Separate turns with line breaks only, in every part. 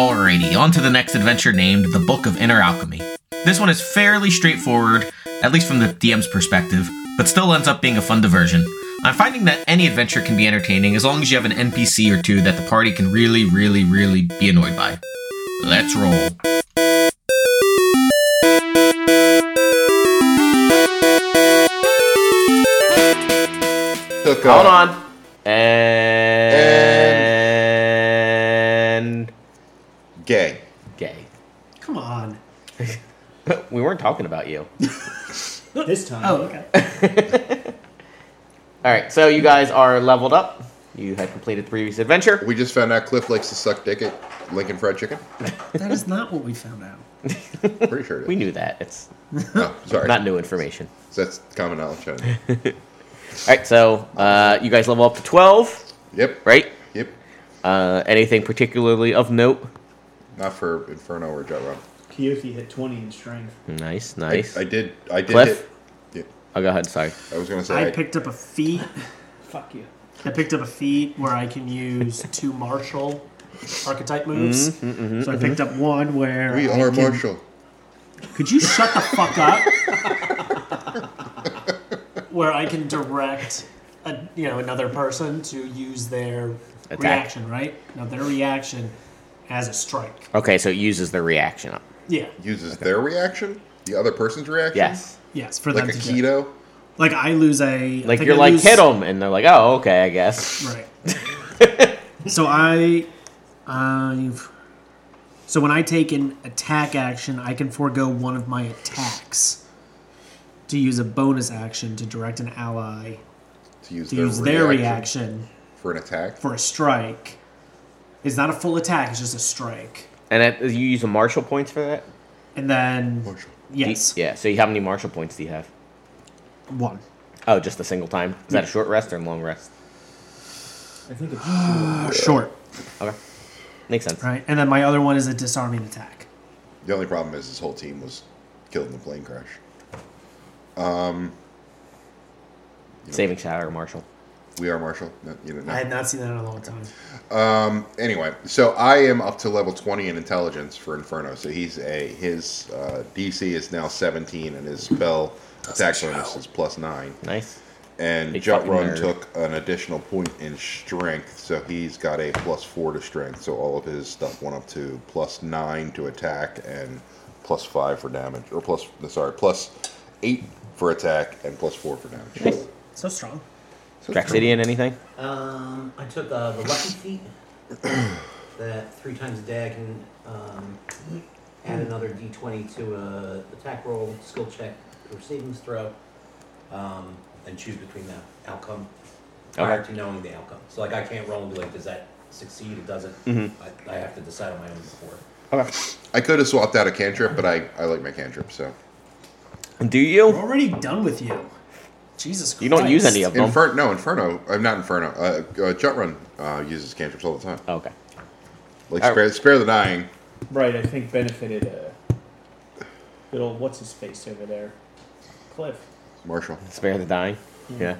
on to the next adventure named The Book of Inner Alchemy. This one is fairly straightforward, at least from the DM's perspective, but still ends up being a fun diversion. I'm finding that any adventure can be entertaining as long as you have an NPC or two that the party can really, really, really be annoyed by. Let's roll.
Took uh,
Hold
off.
on. And,
Gay.
gay.
Come on.
we weren't talking about you.
This time.
Oh, okay.
All right, so you guys are leveled up. You had completed the previous adventure.
We just found out Cliff likes to suck dick at Lincoln Fried Chicken.
That is not what we found out.
Pretty sure it is.
We knew that. It's
Oh, sorry.
not new information.
That's common knowledge. I know.
All right, so uh, you guys level up to 12,
Yep.
right?
Yep.
Uh, anything particularly of note?
Not for Inferno or Jet Run.
Kyothi hit 20 in strength.
Nice,
I,
nice.
I did. I did.
Cliff?
Hit,
oh, go ahead, sorry.
yeah, I was gonna say.
I
I
picked up a feat.
Fuck you.
I picked up a feat where I can use two martial archetype moves. so I picked up one where
Mm-hmm, we
I
are
can-
Marshall.
Could you shut the fuck up? where I can direct a, you know another person to use their
Attack.
reaction, right? Now their reaction as a strike.
Okay, so it uses the reaction up.
Yeah.
Uses their reaction, the other person's reaction.
Yes.
Yes, for
Like
them
a
to do.
keto.
Like I lose a I
Like
think
you're
I
like,
lose-
hit them, and they're like, oh, okay, I guess.
Right. so I, uh, you've, so when I take an attack action, I can forego one of my attacks to use a bonus action to direct an ally
To use,
to
their,
use
reaction
their reaction
for an attack.
for a strike. It's not a full attack; it's just a strike.
And that, you use a martial points for that?
And then
Marshall.
Do you-
yes,
yeah, so you, how many martial points do you have?
one.
Oh, just a single time. Is that a short rest or a long rest?
I think it's true.
Uh, Short,
Okay. Makes sense.
right? And then my other one is a disarming attack.
The only problem is his whole team was killed in the plane crash.
Saving shadow or martial.
We are Marshall. No, you know, no.
I had not seen that in a long time.
Anyway, so I am up to level 20 in intelligence for Inferno. So he's a his uh, DC is now 17 and his spell attack bonus is plus 9.
Nice.
And
Big
Jut
fucking
Run
nerd.
took an additional point in strength, so he's got a plus 4 to strength. So all of his stuff went up to plus 9 to attack and plus 5 for damage or plus sorry, plus 8 for attack and plus 4 for damage.
So strong.
So it's true.
Draxidian, anything?
Um, I took uh, the lucky feat that three times a day I can um, add another d20 to a attack roll, skill check, or savings throw, um, and choose between the outcome prior
Okay.
to knowing the outcome. So like I can't roll and be like, does that succeed? It doesn't. I, I have to decide on my own before.
Okay.
I could have swapped out a cantrip, but I, I like my cantrip, so
Do you?
We're already done with you. Jesus Christ!
You don't use any of them.
Infer- no, Inferno. I'm not Inferno. Uh, uh, Jutrun uh, uses cantrips all the time.
Oh, okay.
Like
All
spare, spare the dying.
Right, I think benefited uh, good old what's his face over there? Cliff.
Marshall
Spare the dying. Yeah.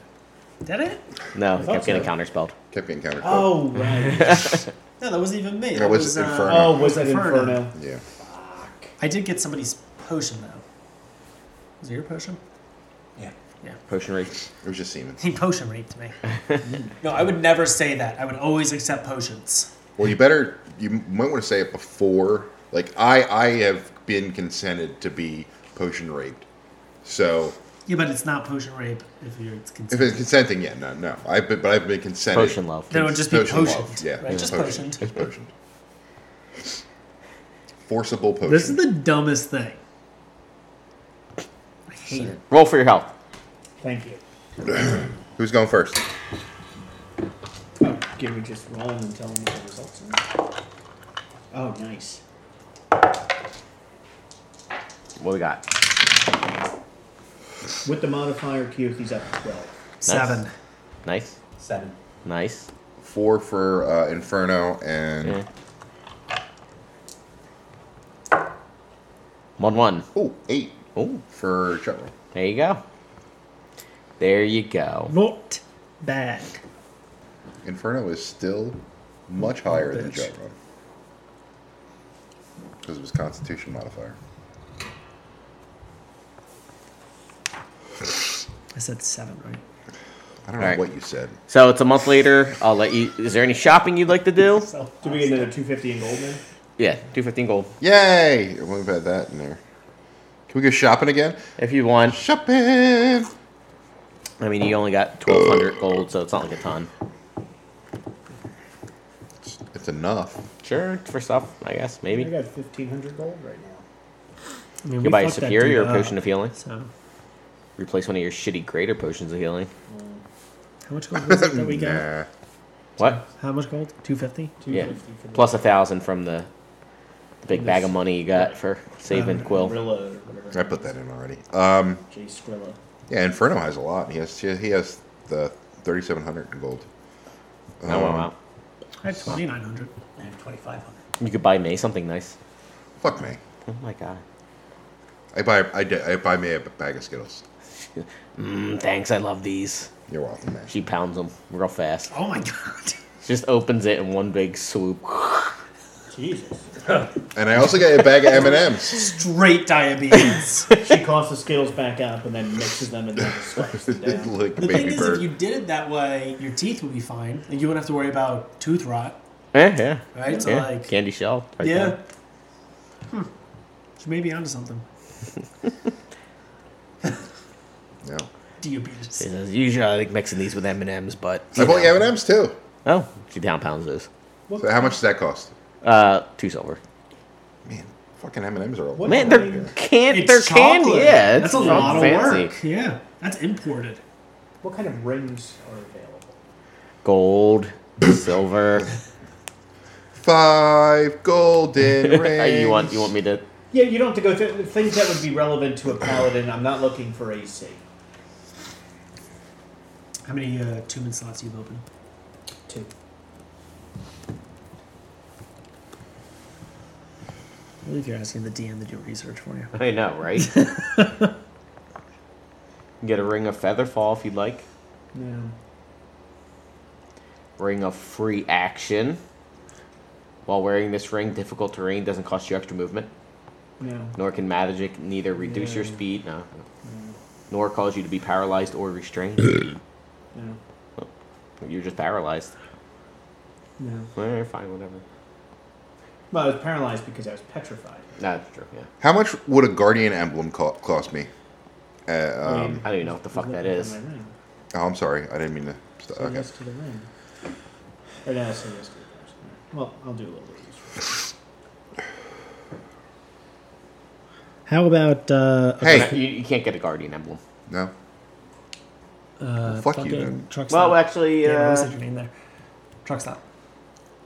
Did it?
No, it
thought
kept getting
so.
counterspelled.
kept getting countered.
Oh, right.
No, that wasn't even me.
That was Inferno.
oh, was that Inferno?
Yeah.
I did get somebody's potion though. Was it your potion?
Yeah.
Potion rage.
It was just semen.
He potion raped me. no, I would never say that. I would always accept potions.
Well, you better. You might want to say it before. Like I, I have been consented to be potion raped. So
Yeah, but it's not potion rape if you're it's
if
considered.
it's consenting, yeah, no, no. I've been, but I've been consented.
Potion love.
then it would just be
Potion
potioned.
love, yeah,
right?
yeah,
Just
potion.
potioned.
Just potioned. Forcible potion.
This is the dumbest thing. I hate it.
Roll for your health.
Thank you.
Who's going first?
Oh, give me just roll and tell me what the results are. Oh, nice.
What we got?
With the modifier, Kyothi's up to 12.
Seven.
Nice.
Seven.
Nice.
Four for uh, Inferno and
Yeah. One one.
oh eight
Oh,
for General.
there you go. There you go.
Not bad.
Inferno is still much higher than
Bitch.
Jet Run. because of his Constitution modifier.
I said seven, right?
I don't know
Alright.
what you said.
So it's a month later. I'll let you. Is there any shopping you'd like to do?
Do we get another 250 in gold then?
Yeah, two fifteen gold
Yay! We've had that in there. Can we go shopping again?
if you want.
Shopping.
I mean, you only got twelve hundred gold, so it's not like a ton.
It's enough.
Sure, for stuff, I guess
I
maybe. You
got 1500 gold right now.
I mean,
can buy a superior potion of healing.
So,
Replace one of your shitty greater potions of healing.
Uh,
how much gold was it that we got?
Nah.
What?
How much gold? Two fifty.
Yeah.
250 for the
Plus a thousand from the, the big bag of money you got for saving Quill.
Gorilla or whatever.
I put that in already. Um,
Jay Skrilla.
yeah, Inferno has a lot. He has he has the thirty seven hundred in gold.
Oh, wow.
I had twenty nine hundred.
I have 2,500.
You could buy May something nice.
Fuck me.
Oh my god.
I buy I, di- I buy me a bag of Skittles.
Mm, thanks, I love these.
You're welcome, man.
She pounds them real fast.
Oh my god.
Just opens it in one big swoop.
Jesus.
And I also got a bag of M and M's.
Straight diabetes.
she calls the Skittles back up and then mixes them and then just swipes them down.
Like
the thing
baby
is,
bird.
if you did it that way, your teeth would be fine, and you wouldn't have to worry about tooth rot,
Eh, yeah.
right? So
yeah.
like,
Candy shell. right
yeah.
there.
Hmm. She may be onto something.
No.
She
Diabetes.
says, usually I like mixing these with M&M's, but...
I bought you M and M's too.
Oh, she down pounds those.
So how much does that cost?
Uh, two silver.
Man, fucking M and M's are all.
What?
Man, they're can
It's
they're candy.
chocolate.
Yeah,
that's
it's
a
not
lot of
fancy.
work. Yeah, that's imported.
What kind of rings are available?
Gold, silver.
Five golden
Uh,
rings.
you want you want me to?
Yeah, you don't have to go through things that would be relevant to a paladin. I'm not looking for AC.
How many uh, two-man slots you've opened?
Two.
I believe you're asking the DM to do research for you.
I know, right? Get a ring of feather fall if you'd like.
No.
Ring of free action. While wearing this ring, difficult terrain doesn't cost you extra movement,
No.
nor can magic neither reduce your
No.
speed, no, no,
No.
nor cause you to be paralyzed or restrained.
No.
You're just paralyzed.
No.
Eh, fine, whatever.
Well, I was paralyzed because I was petrified.
Nah, That's true. Yeah,
How much would a guardian emblem co- cost me? Uh,
I
um,
mean,
I don't even know what the fuck that
look at
is.
my ring.
oh, I'm sorry. I didn't mean to. St-
Say
okay.
yes to the ring. Or no, say yes to the person. Well, I'll do a little bit of this.
How about uh,
Hey.
You, you can't get a guardian emblem.
No.
uh,
fuck you,
fucking
then.
truck stop?
Well, actually,
Yeah, I
uh,
said your name there. Truck stop.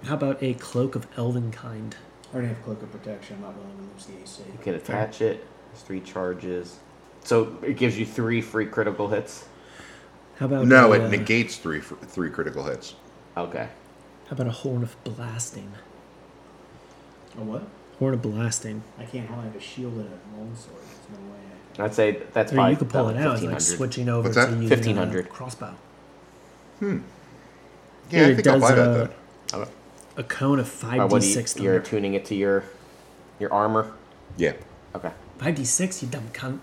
How about a cloak of elven kind?
I already have cloak of protection. I'm not willing to lose the AC.
You can attach it. There's three charges. So it gives you three free critical hits.
How about
No,
a,
it
uh,
negates three fr- three critical hits.
Okay.
How about a horn of blasting?
A what?
Horn of blasting.
I can't I have a shield and a longsword. There's no way. I
I'd say that's
I mean,
probably
you could pull it
about
out, it's like
1500.
switching over
What's
to
that?
using a
1500.
crossbow.
Yeah, I
it
think I'll
does,
buy that
uh,
then.
A cone of
Or
five
what
d
do you,
six.
you're tuning it to your your armor.
Yeah.
Okay.
Five d six, you dumb cunt.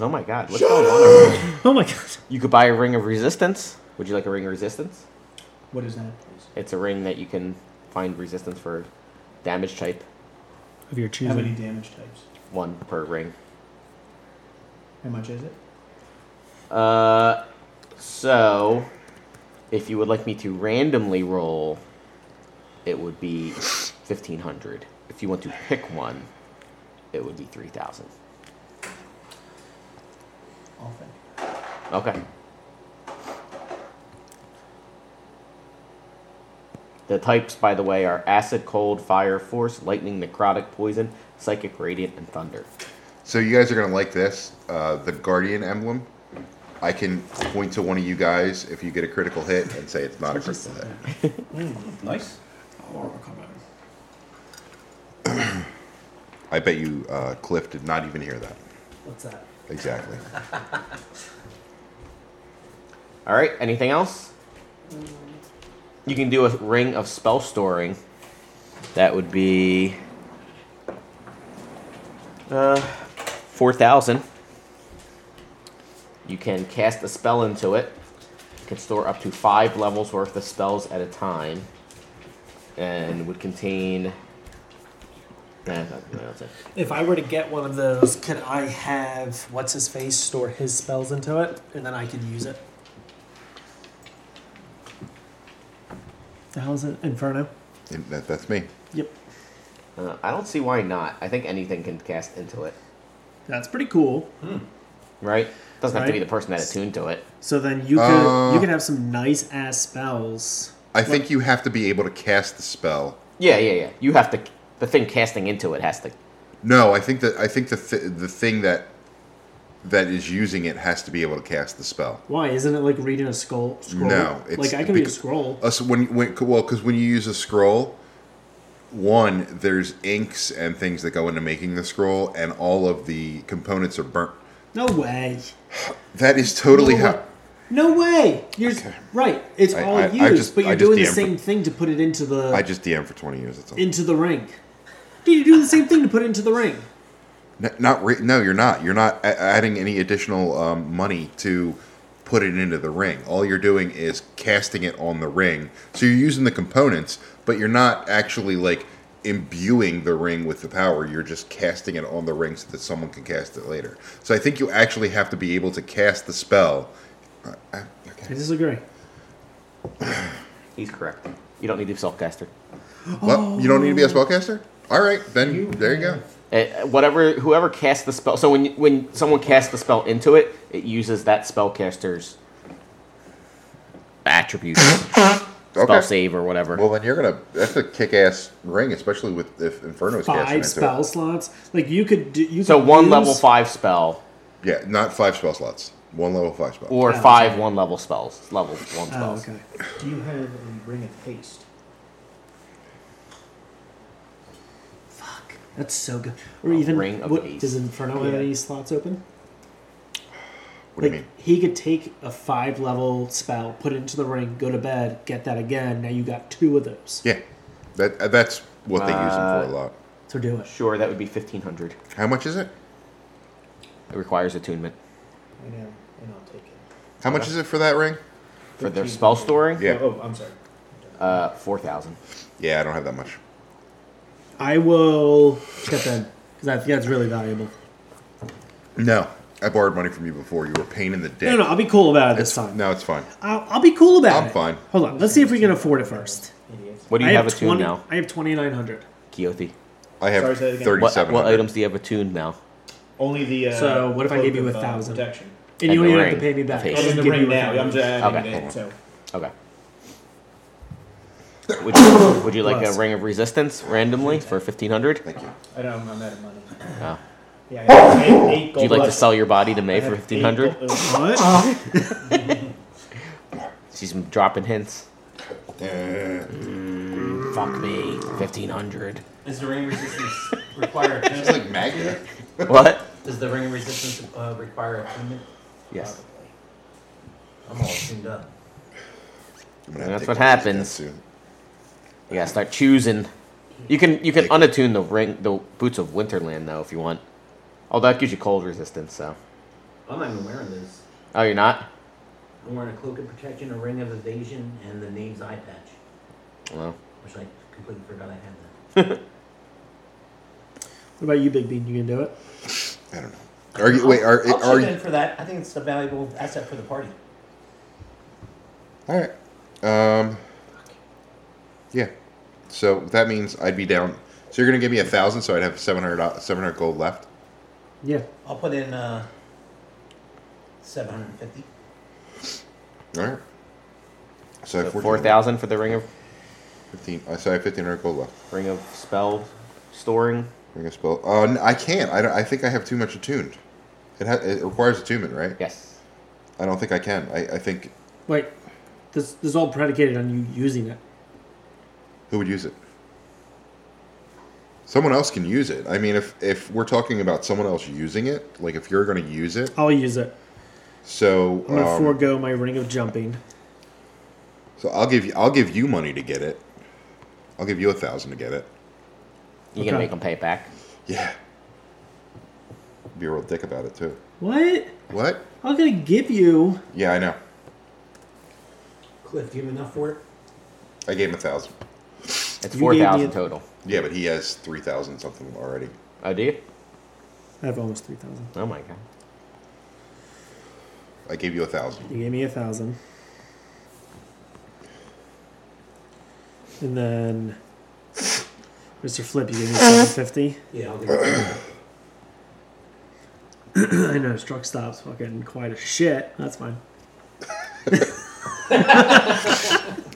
Oh my god, what's going on? over there?
Oh my god.
You could buy a ring of resistance. Would you like a ring of resistance?
can. What is that, please?
It's a ring that you can find resistance for damage type.
Of your
How many
choosing.
damage types?
One per ring.
How much is it?
Uh, so if you would like me to randomly roll, it would be fifteen hundred. If you want to pick one, it would be three thousand.
Often.
Okay. The types, by the way, are acid, cold, fire, force, lightning, necrotic, poison, psychic, radiant, and thunder.
So you guys are gonna like this. Uh, the guardian emblem. I can point to one of you guys if you get a critical hit and say it's not a critical hit.
Nice.
I bet you uh, Cliff did not even hear that.
What's that?
Exactly.
All right. Anything else? You can do a ring of spell storing, That would be uh, 4,000. You can cast a spell into it. You can store up to five levels worth of spells at a time. And would contain. eh, Nah, not- no, that's it.
If I were to get one of those, could I have what's his face store his spells into it, and then I could use it? The hell is it? Inferno.
And that, that's me.
Yep.
Uh, I don't see why not. I think anything can cast into it,
That's pretty cool.
right? Doesn't have to be
Right.
the person that attuned to it.
So then you could
Uh,
you could have some nice ass spells.
I think you have to be able to cast the spell.
Yeah, yeah, yeah. You have to. The thing casting into it has to.
No, I think that I think the th- the thing that that is using it has to be able to cast the spell.
Why isn't it like reading a scroll? scroll?
No, it's
like I can read a
becau-
scroll.
Us Uh, when when well because when you use a scroll, one there's inks and things that go into making the scroll, and all of the components are burnt.
No way.
That is totally
No
how.
way. No way. You're right. It's
I-
all
I- I
used,
just-
but you're
I just
doing the
DM
same thing to put it into the
I just DM for twenty years. That's all.
into the ring. Dude, you're doing the same thing to put it into the ring.
N- not re- no, you're not. You're not a- adding any additional um, money to put it into the ring. All you're doing is casting it on the ring. So you're using the components, but you're not actually like imbuing the ring with the power. You're just casting it on the ring so that someone can cast it later. So I think you actually have to be able to cast the spell. Uh, uh,
I
okay.
disagree.
He's correct. You don't need to self caster.
Well, you don't need to be a spellcaster. All right, then there you go.
Uh, whatever, whoever casts the spell. So when when someone casts the spell into it, it uses that spellcaster's attributes, spell
Okay.
save or whatever.
Well, then you're gonna. That's a kick-ass ring, especially with if Inferno is casting
Five
into it.
spell slots. Like you could do. You
so
could
one
use-
level five spell
Yeah, not five spell slots. One level five spell.
or
Oh,
five one level spells, level one
Oh,
spells.
okay.
Do you have a ring of haste?
That's so good. Or
A
even
ring of
what,
haste.
does Inferno have
Yeah.
any slots open?
what do
Like
you mean?
he could take a five level spell, put it into the ring, go to bed, get that again. Now you got two of those.
Yeah, that uh, that's what they use them
Uh,
for a lot.
So do it.
Sure, that would be fifteen hundred.
How much is it?
It requires attunement
I know, and I'll take it.
How
uh,
much is it for that ring?
for their spell storing.
Yeah.
Oh, I'm sorry.
Uh, four thousand.
Yeah, I don't have that much.
I will chip in because I think that's really valuable.
No, I borrowed money from you before. You were a pain in the dick.
No, no, I'll be cool about it this
it's
time.
No, it's fine.
I'll, I'll be cool about
I'm
it.
fine.
Hold on. Let's see if we can afford it first.
Idiots.
What do you
I
have, attuned
20
now,
I have twenty nine hundred.
Keothi?
I have
Sorry, say that again.
thirty
What,
seven.
what items do you have attuned now?
Only the. Uh,
So, what if I
cloak
gave you
of,
a
uh,
thousand?
Protection.
And,
And
you
the
don't even have to
ring
pay me back.
of haste.
I'll
Other
just
than
give
ring
you a
now,
thousand.
I'm just adding
Okay.
it in. So,
Okay. Would you, would you like a
Plus.
ring of resistance randomly for fifteen hundred?
Thank you.
I don't. I'm out of money.
Oh.
Yeah. I got eight, eight
Do you
gold
like to
left.
sell your body to May
I
for
have
fifteen hundred?
eight gold-
What?
She's dropping hints.
Uh,
Fuck me, fifteen hundred.
Does the ring resistance require
it's
attunement?
like magnet.
What?
Does the ring resistance uh, require attunement?
Yes.
Probably. I'm all tuned up.
I'm gonna have to take
That's what
one of these
happens.
down soon.
You gotta start choosing. You can you can unattune the ring the boots of Winterland though if you want. Oh, that gives you cold resistance. So.
I'm not even wearing this.
Oh, you're not.
I'm wearing a cloak of protection, a ring of evasion, and the knave's eye patch,
Well,
which I completely forgot I had that.
What about you, Big Bean? You gonna do it?
I don't know. Are you wait? Are
I'll
are
chip
you?
in for that. I think it's a valuable asset for the party.
All right. Um. Yeah. So that means I'd be down. So you're gonna give me a thousand, so I'd have 700, 700 gold left.
Yeah.
I'll put in uh, 750.
All right. So, I have
four
1400.
thousand for the ring of
15. I uh, so I have 1500 gold left.
ring of spell storing.
Ring of spell. Uh, n- I can't. I, don't, I think I have too much attuned. It ha- it requires attunement, right?
Yes.
I don't think I can. I, I think
Wait. This this is all predicated on you using it.
who would use it? Someone else can use it. I mean, if if we're talking about someone else using it, like if you're going to use it,
I'll use it.
so
I'm gonna
um,
forego my ring of jumping.
so I'll give you I'll give you money to get it. I'll give you a thousand to get it.
You gonna
Okay.
make him pay it back?
Yeah. Be a real dick about it too.
What?
What?
I'm gonna give you.
Yeah, I know.
Cliff, do you have enough for it?
I gave him a thousand.
It's
You
four
gave
thousand
me-
total.
Yeah, but he has three thousand something already.
Oh, do you?
I have almost three thousand.
Oh my god.
I gave you a thousand.
You gave me a thousand. And then Mr. Flip, you gave me seven fifty.
Yeah, I'll give it.
I know truck stops fucking quite a shit. That's fine.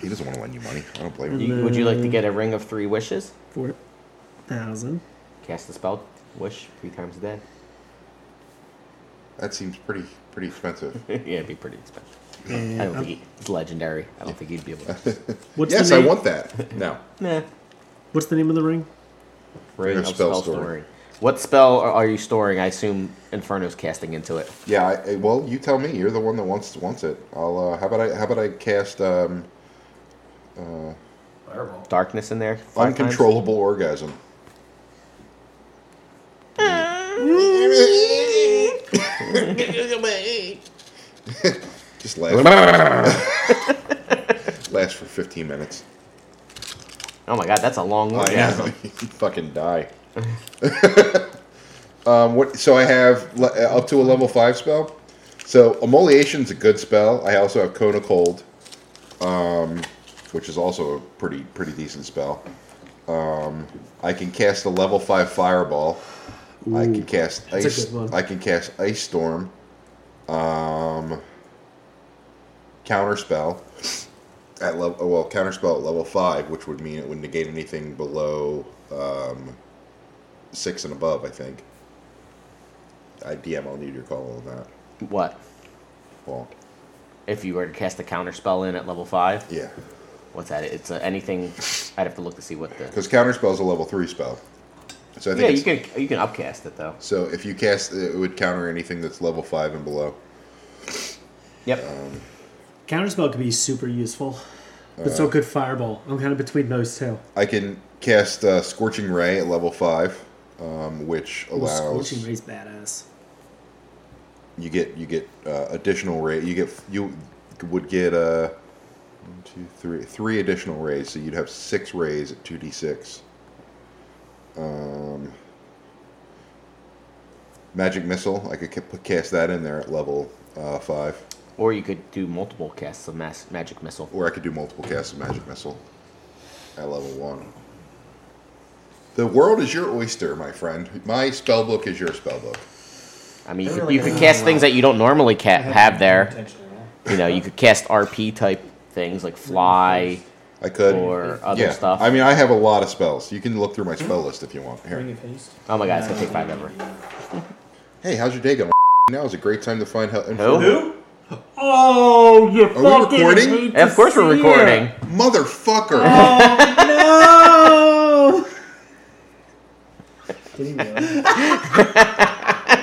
He doesn't want to lend you money. I don't blame him.
You- would you like to get a ring of three wishes?
Four thousand.
Cast the spell, wish three times a day.
That seems pretty pretty expensive.
yeah, it'd be pretty expensive.
And
I don't
um,
think he, it's legendary. I don't think he'd be able to.
what's
yes,
the
I
name?
want that. No.
nah.
What's the name of the ring?
Ring
of
of
spell
spell
storing.
storing. What spell are- are you storing? I assume Inferno's casting into it.
Yeah. I, I- well, you tell me. You're the one that wants wants it. I'll. Uh, how about I? How about I cast um,
Fireball.
Darkness in there. five times?
uncontrollable orgasm? Just last. last for 15 minutes.
Oh my god, that's a long
I know.
orgasm.
you fucking die. um, what? So I have le- uh, up to a level five spell. So emoliation's a good spell. I also have cone of cold, um, which is also a pretty pretty decent spell. Um, I can cast a level five fireball. I can cast
a
ice.
good one.
I can cast ice storm. Um, counter spell at level oh, well counterspell at level five, which would mean it would negate anything below um, six and above. I think. I DM. I'll need your call on that.
What?
Well,
If you were to cast a counter spell in at level five,
yeah,
what's that? It's uh anything. I'd have to look to see what the.
because counterspell is a level three spell. So I think
Yeah,
it's-
you can you can upcast it though.
So if you cast, it it would counter anything that's level five and below.
Yep.
Counterspell could be super useful, but so could Fireball. I'm kind of between those two.
I can cast uh, scorching ray at level five, um, which allows
Scorching Ray's badass.
you get you get uh, additional ray. You get you would get uh, one, two, three, three additional rays. So you'd have six rays at two d six. Um, magic missile. I could ca- put- cast that in there at level uh, five,
Or you could do multiple casts of mass, magic missile.
or I could do multiple casts of magic missile at level one. The world is your oyster, my friend. My spell book is your spell book.
I mean, you
I
could,
really
you could
don't
cast
know.
things that you don't normally ca- have there.
Potentially, yeah.
You know, you could cast RP type things like fly
I could.
or other
yeah,
stuff.
I mean, I have a lot of spells. You can look through my spell list if you want. Here.
Ring
Mm-hmm.
of haste.
oh my god, it's gonna take five ever.
Hey, how's your day going? Now is a great time to find help.
Who?
Who? Oh, you
we fucking recording? hate
And of course, we're recording.
Motherfucker!
Oh!
Did he really?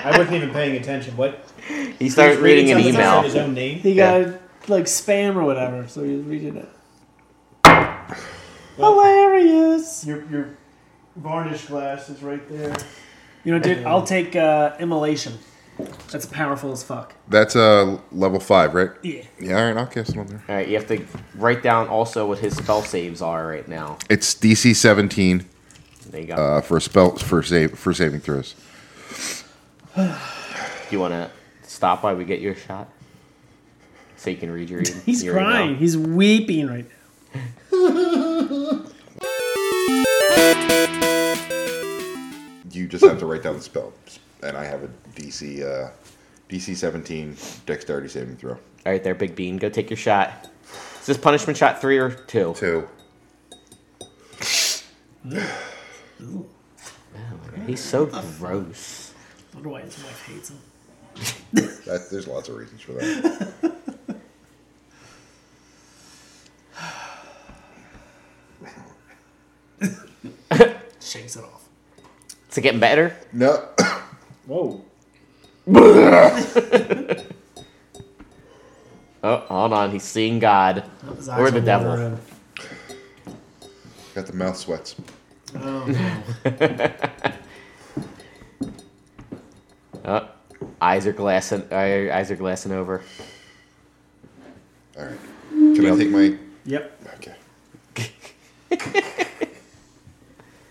I wasn't even paying attention. What?
He started
He's
reading an
something that said
email.
His own name.
He
Yeah.
got like spam or whatever, so he's reading it. Hilarious.
Your your varnish glass is right there.
You know, dude, I'll take uh, immolation. That's powerful as fuck.
That's uh, level five, right?
Yeah.
Yeah, all right, I'll cast it on there.
All right, you have to write down also what his spell saves are right now.
It's DC 17
There you go.
uh, for spell for save for saving throws.
Do you want to stop while we get your shot, so you can read your. e-
He's
your email?
crying. He's weeping right now.
You just have to write down the spell, and I have a DC uh, DC 17 dexterity saving throw.
All right, there, Big Bean, go take your shot. Is this punishment shot three or two?
Two.
He's so gross.
I wonder why his wife hates him.
That, there's lots of reasons for that.
Shakes it off.
Is it getting better?
No,
Whoa.
Oh, hold on, he's seeing God.
His
Or
eyes
the
are
devil.
watering.
got the mouth sweats.
Oh, no.
Uh, eyes are glassing. Uh, eyes are glassing over.
All right. Can I take my?
Yep.
Okay.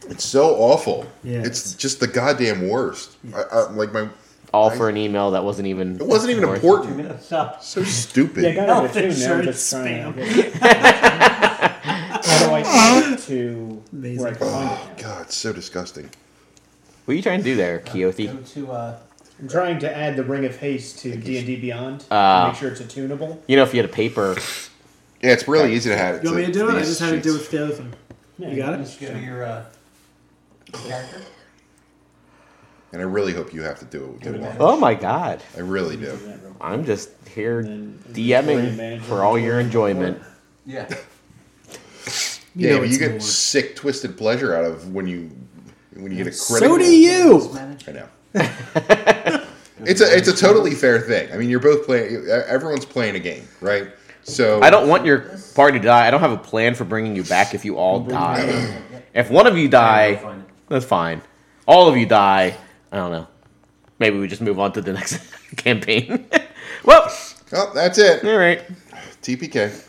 it's so awful.
Yeah,
It's
it's-
just the goddamn worst. I, I, like my.
All for an email that wasn't even.
It wasn't even
worth it.
important.
Minutes up.
So stupid.
Yeah, I got
Outfit
it too. Now I'm
shirt
just trying to
spam.
get How do I get it to
Amazing.
where I can find
Oh,
it? now?
God, it's so disgusting.
What are you trying to do there,
Go
Keothi?
to uh,
I'm trying to add the Ring of Haste to D and D Beyond.
Ah.
to make sure it's attunable.
You know, if you had a paper,
Yeah, it's really easy to have it.
You want me to do it? I
these
just had to do it
sheets.
with the other thing. You got it?
go to your uh, character.
And I really hope you have to do it with good one.
oh my god,
I really do.
I'm just here
Then inventory
DMing
management
for all your
report.
enjoyment.
Yeah.
You
yeah,
know
but
it's
you get
more.
sick, twisted pleasure out of when you when you get a critical.
So do you.
I know. it's a it's a totally fair thing. I mean, you're both playing. e, Everyone's playing a game, right? So
I don't want your party to die. I don't have a plan for bringing you back if you all die. If one of you die,
Find it.
that's fine. All of you die. I don't know. Maybe we just move on to the next campaign. well,
Oh, that's it.
all right.
TPK.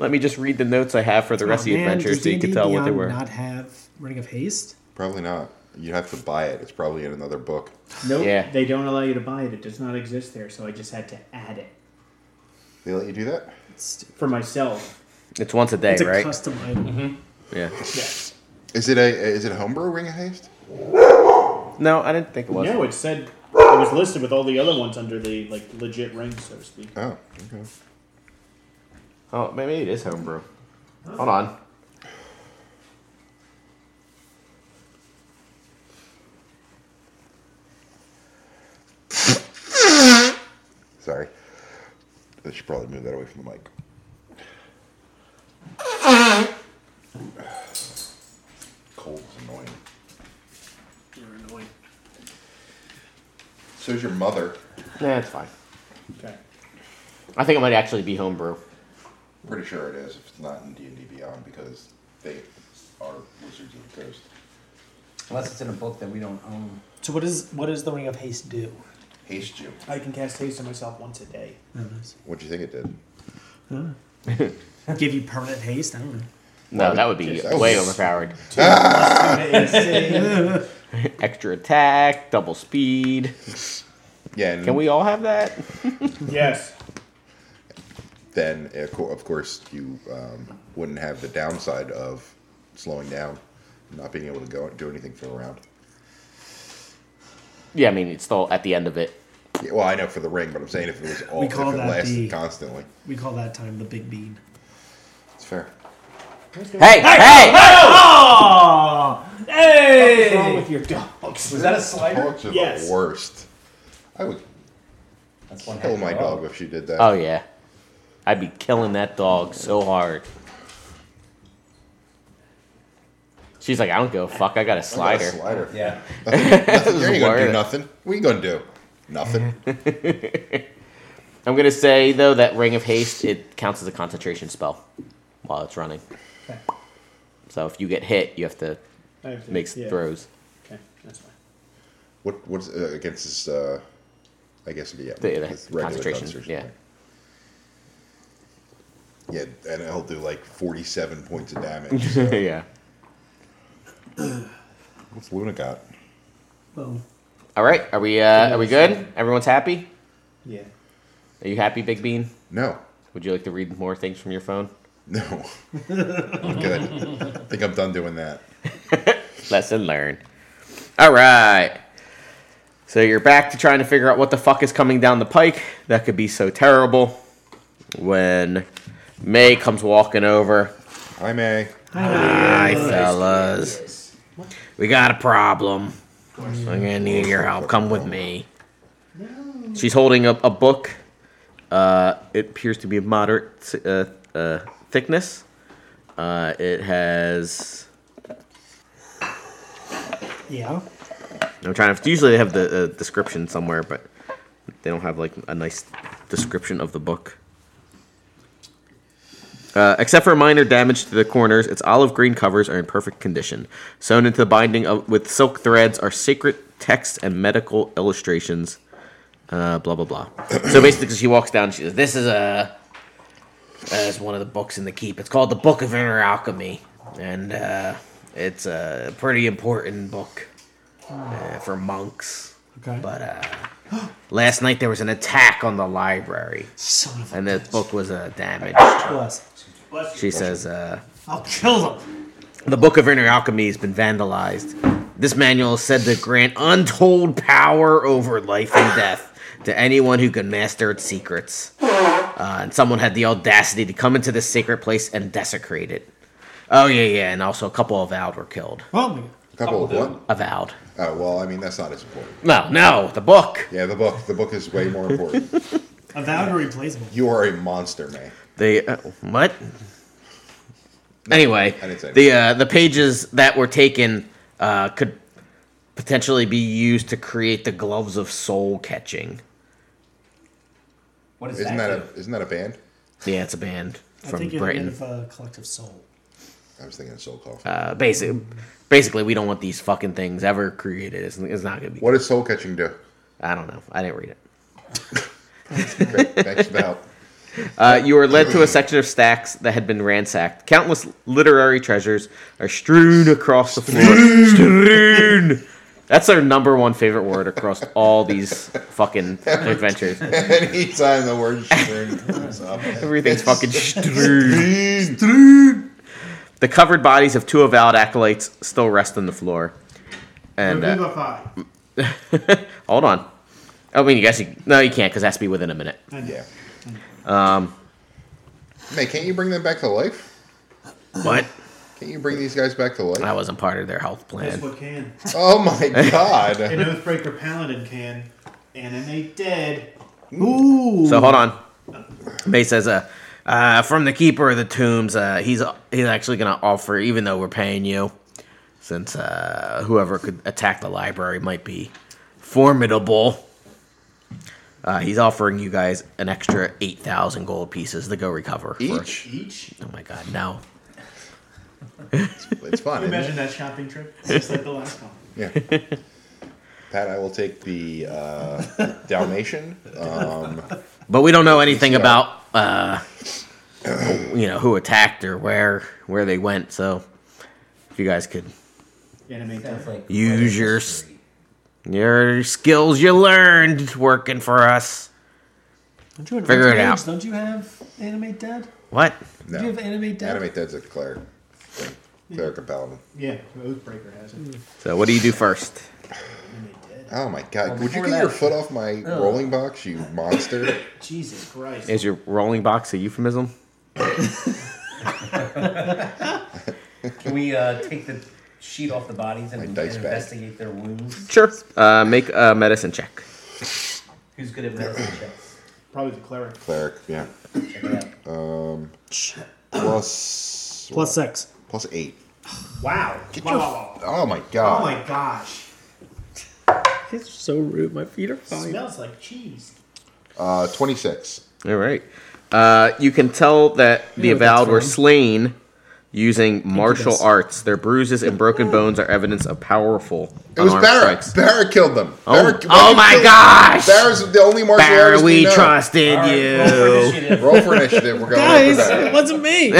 Let me just read the notes I have for the rest of the
Oh, Man,
adventure
does
so you can
D&D
tell what they
Beyond
were.
Not have Ring of Haste.
Probably not. You have to buy it. It's probably in another book.
Nope,
Yeah.
they don't allow you to buy it. It does not exist there, so I just had to add it
They let you do that.
It's,
for myself.
It's once a day,
it's a
right?
custom item.
yeah.
Yes.
Is it a is it a homebrew ring of haste?
No, I didn't think it was.
No, it said it was listed with all the other ones under the like legit ring, so to speak.
Oh, okay.
Oh, maybe it is homebrew. Hold on.
Sorry. I should probably move that away from the mic. Cold is annoying.
You're annoying.
So's your mother.
Yeah, it's fine.
Okay.
I think it might actually be homebrew.
Pretty sure it is if it's not in D and D Beyond because they are wizards of the coast.
Unless it's in a book that we don't own.
So what is what does the Ring of Haste do?
Haste you.
I can cast haste on myself once a day.
I don't know. It's-
What'd you think it did?
Give you permanent haste? I don't know.
No, that would be
that
way
was-
overpowered.
AC.
Extra attack, double speed.
Yeah, and
Can we all have that?
yes.
then of cour- of course you um, wouldn't have the downside of slowing down, not being able to go do anything for a round.
Yeah, I mean it's still at the end of it.
Yeah, well, I know for the ring, but I'm saying if it was all
We
if it
call that
lasted
the-
constantly,
We call that time the Big Bean.
it's fair.
Hey, hey!
What's wrong with your dogs?
Was that a slider?
Dogs are
Yes.
the worst. I would
That's one
kill
heck
Oh my
of a
dog if she did that.
Oh yeah, I'd be killing that dog so hard. She's like, I don't give a fuck. I
I
got a
got a
slider.
Slider.
Yeah.
Nothing, you ain't gonna
Word.
do nothing. What you gonna do? Nothing.
Mm-hmm.
I'm gonna say though that Ring of Haste it counts as a concentration spell while it's running. So if you get hit, you have to
I have to-
make
yeah.
throws.
Okay, that's fine.
what what's uh, against this? Uh, I guess it'd be, yeah.
The, the
this regular
concentration, yeah.
concentration. Yeah, and it'll do like forty-seven points of damage.
yeah.
What's Luna got?
Well,
All right. Are we? Uh, are we good? Everyone's happy.
Yeah.
Are you happy, Big Bean?
No,
Would you like to read more things from your phone?
no. I'm good. I think I'm done doing that.
Lesson learned. All right. So you're back to trying to figure out what the fuck is coming down the pike that could be so terrible when May comes walking over.
Hi, May.
Hi, fellas. We got a problem. I'm gonna need your help. Come with me. She's holding up a book. Uh, it appears to be of moderate uh, uh, thickness. Uh, it has.
yeah.
I'm trying to. Usually they have the uh, description somewhere, but they don't have like a nice description of the book. Uh, except for minor damage to the corners, its olive green covers are in perfect condition. Sewn into the binding of, with silk threads are sacred texts and medical illustrations. Uh, blah blah blah. so basically, she walks down. She says, "This is a uh, is one of the books in the keep. It's called the Book of Inner Alchemy, and uh, it's a pretty important book uh, for monks.
Okay.
But uh, last night there was an attack on the library,
Son of a
and the book was uh, damaged.
bless.
She says, uh,
I'll kill them.
"The Book of Inner Alchemy has been vandalized. This manual is said to grant untold power over life and death to anyone who can master its secrets." Uh, and someone had the audacity to come into this sacred place and desecrate it. Oh yeah, yeah, and also a couple of avowed were killed.
Oh my god.
A couple of what?
Avowed.
Oh, well, I mean, that's not as important.
No, no, the book.
Yeah, the book. The book is way more important.
Avowed or replaceable.
you are a monster, man.
The uh, what? Anyway,
I didn't say
the uh, the pages that were taken uh, could potentially be used to create the gloves of soul catching.
What is
Isn't that
that?
a isn't that a band?
Yeah, it's a band
I
from
think you're thinking of
Britain.
uh, collective soul.
I was thinking of Soul Call.
Uh, basic, basically, we don't want these fucking things ever created. It's, it's not gonna be.
what does soul catching do?
I don't know. I didn't read it.
Okay, thanks for the help.
Uh, you are led to a section of stacks that had been ransacked. Countless literary treasures are strewn across the floor. strewn. That's our number one favorite word across all these fucking adventures.
Anytime the word string comes up,
Everything's fucking strewn.
String.
The covered bodies of two avowed acolytes still rest on the floor. And uh, hold on. I mean, you guys, no, you can't because that's be within a minute.
Yeah. Um. Man, can't you bring them back to life?
What?
Can't you bring these guys back to life?
I wasn't part of their health
That's
plan.
what can.
Oh my
An
god!
Oathbreaker Paladin can animate dead.
So hold on. May says, uh, uh, from the keeper of the tombs, uh, he's he's actually gonna offer, even though we're paying you, since uh, whoever could attack the library might be formidable. Uh, he's offering you guys an extra eight thousand gold pieces to go recover. for-
Each.
Each?
oh my god, no.
It's fun. Isn't it?
Imagine that shopping trip. Just like the last one.
Yeah. Pat, I will take the uh, Dalmatian. Um,
But we don't know anything
Yeah.
about uh, you know who attacked or where where they went. So if you guys could
Animate
That's
dead.
like
Use your s- Your skills you learned working for us.
Don't you
Figure it out.
Don't you have animate dead?
What?
no.
Do you have animate dead?
Animate Dead's a cleric. thing. Cleric and Paladin.
Yeah, Oathbreaker has it.
So what do you do first?
Animate dead.
Oh my god.
Well,
Would you
before
get
that- Oh.
your foot off my rolling box, you monster?
Jesus Christ.
Is your rolling box a euphemism?
Can we uh, take the sheet off the bodies and,
Like
and
dice bag.
investigate their wounds?
Sure. Uh, make a medicine check.
Who's good at medicine checks?
Probably the cleric.
cleric, yeah.
Check it out.
Plus.
Plus six.
Plus eight.
Wow.
Get
wow.
your-
wow, wow.
Oh my
Oh
god.
my gosh.
It's so rude. My feet are fine.
smells like cheese.
uh, 26.
All right. Uh, you can tell that the avowed were slain using martial
this.
arts. Their bruises and broken bones are evidence of powerful.
It was
unarmed
Barra.
strikes.
Barra killed them.
Oh,
Barra,
oh my gosh!
Barra's the only martial
Barra,
artist
we
know.
trusted
All right, roll for
you.
initiative.
Roll for initiative. We're going
Guys,
for Barra.
it wasn't me.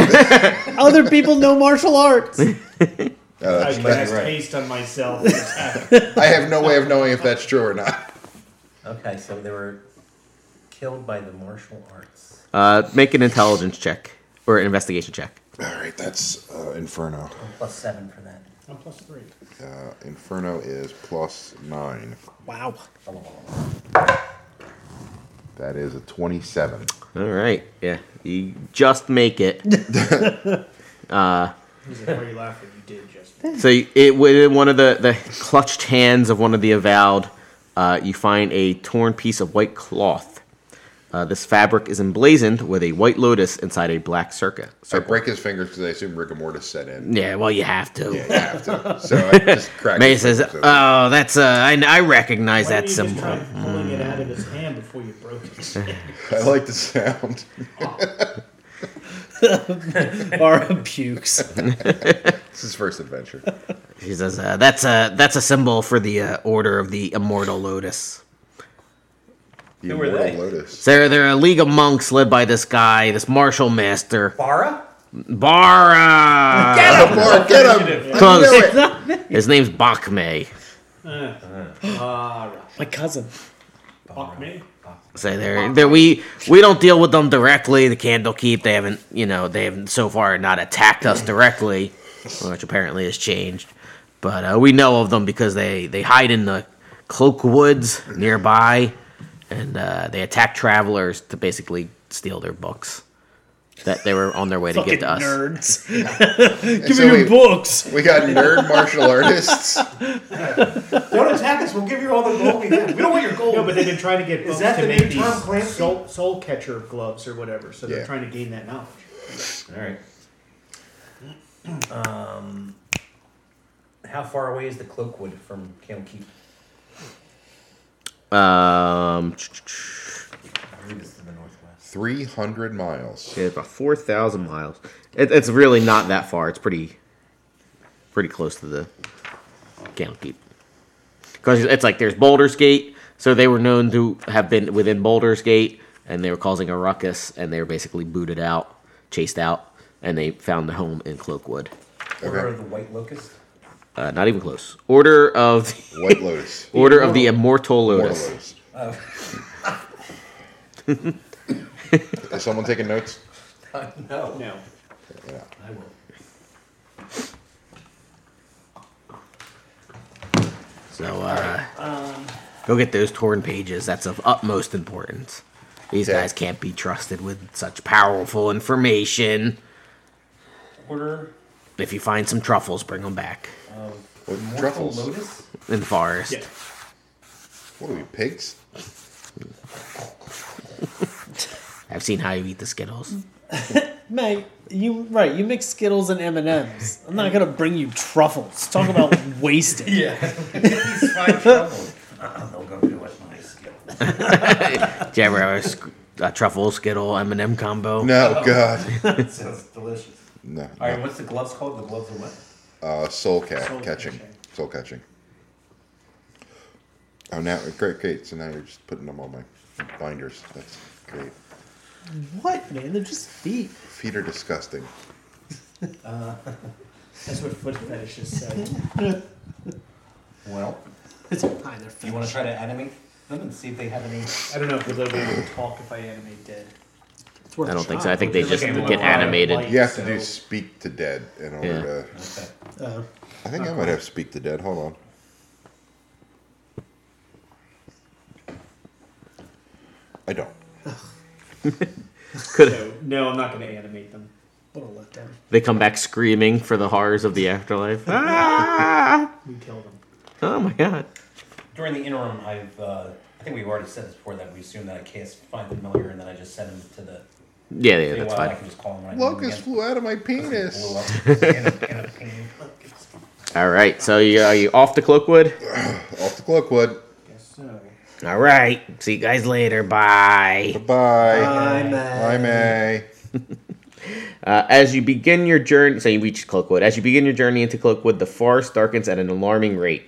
Other people know martial arts.
Uh,
I
that's
cast
right.
haste on myself.
I have no way of knowing if that's true or not.
Okay, so they were killed by the martial arts.
Uh, make an intelligence check or an investigation check.
All right, that's uh, Inferno.
Plus seven for that.
I'm plus three.
Uh, Inferno is plus nine.
Wow.
Blah, blah, blah, blah.
That is a 27.
All right. Yeah. You just make it.
He's like, why are you laughing? You did just.
So you- it within one of the, the clutched hands of one of the avowed, uh, you find a torn piece of white cloth. Uh, this fabric is emblazoned with a white lotus inside a black circa.
I
circle.
break his fingers because I assume rigor mortis set in.
Yeah, well, you have to.
Yeah, you have to. So I just cracked.
May
his
says,
fingers open.
"Oh, that's uh, I, I recognize
Why
that
didn't you
symbol."
just try pulling it out of his hand before you broke it?
I like the sound.
Mara pukes.
It's his first adventure.
She says, uh, "That's a that's a symbol for the uh, order of the immortal lotus."
The
Who were
Immortal
they?
Lotus.
They're they're a league of monks led by this guy, this martial master,
Bara?
Bara.
Mark, get him!
Close.
I knew it!
His name's Bakme.
My cousin.
Fuck me.
Say they're, they're we we don't deal with them directly. The Candlekeep they haven't you know they haven't so far not attacked us directly, which apparently has changed. But uh, we know of them because they they hide in the cloak woods nearby, and uh, they attack travelers to basically steal their books that they were on their way to
Fucking
give to us.
nerds.
And
Give
so
me your
we,
books.
we got nerd martial artists.
Don't attack us. We'll give you all the gold we have. We don't want your gold.
No, but they've been trying to get
Is
books
that
to
the
make
new Tom
these
Clancy?
soul, soul catcher gloves or whatever. So
Yeah.
they're trying to gain that knowledge.
All right. Um, how far away is the cloakwood from Camel Keep? I
Um,
believe it's to the northwest.
300 miles.
it's about four thousand miles. It, it's really not that far. It's pretty, pretty close to the Candlekeep. Because it's like there's Boulder's Gate, so they were known to have been within Boulder's Gate, and they were causing a ruckus, and they were basically booted out, chased out, and they found a home in Cloakwood.
Order of the White Locust?
Uh, not even close. Order of the,
White Lotus.
Order of the Immortal
Immortal
Lotus.
Lotus. Is someone taking notes?
Uh, no.
No.
I will.
So uh, go get those torn pages. That's of utmost importance. These
Okay.
guys can't be trusted with such powerful information.
Order
If you find some truffles, bring them back
What,
Mortal
truffles?
Lotus?
in the forest.
Yeah.
What are we, pigs?
I've seen how you eat the Skittles.
Mate, you right? You mix Skittles and M and M's. I'm not gonna bring you truffles. Talk about wasted.
He's fine trouble. Uh, they'll go do it. My skill.
Did you ever have a, sk- a truffle Skittle M and M combo?
No, God.
That sounds delicious.
No.
All right,
no.
what's the gloves called? The gloves of what?
Uh, soul cat
Soul
catching.
catching.
Soul catching. Oh, now, great, great. So now you're just putting them on my binders. That's great.
What man? They're just feet.
Feet are disgusting.
That's what foot fetishes say.
Well,
It's behind their
you want to try to animate them and see if they have any.
I don't know if we'll ever able to talk if I animate dead.
I don't think so. I think they
You're
just
looking at
get
one eye of
animated.
light,
You have to
so-
do speak to dead in order
Yeah.
to.
Okay.
Uh,
I think I might have speak to dead. Hold on. I don't.
So, no, I'm not going to animate them.
what a letdown.
They come back screaming for the horrors of the afterlife. Ah!
We kill them.
Oh my god.
During the interim, I've uh, I think we've already said this before that we assume that I can't find familiar and then I just send him to the.
Yeah, yeah,
Meanwhile,
that's
I
fine.
can just call him when I need him
Locust
again.
flew out of my
Blew
penis.
up in a- in a pain.
All right, so you, are you off to Cloakwood?
Off the cloakwood.
Guess so.
All right. See you guys later. Bye.
Bye.
I'm uh,
Bye, May.
Uh, as you begin your journey, so you reach Cloakwood. As you begin your journey into Cloakwood, the forest darkens at an alarming rate.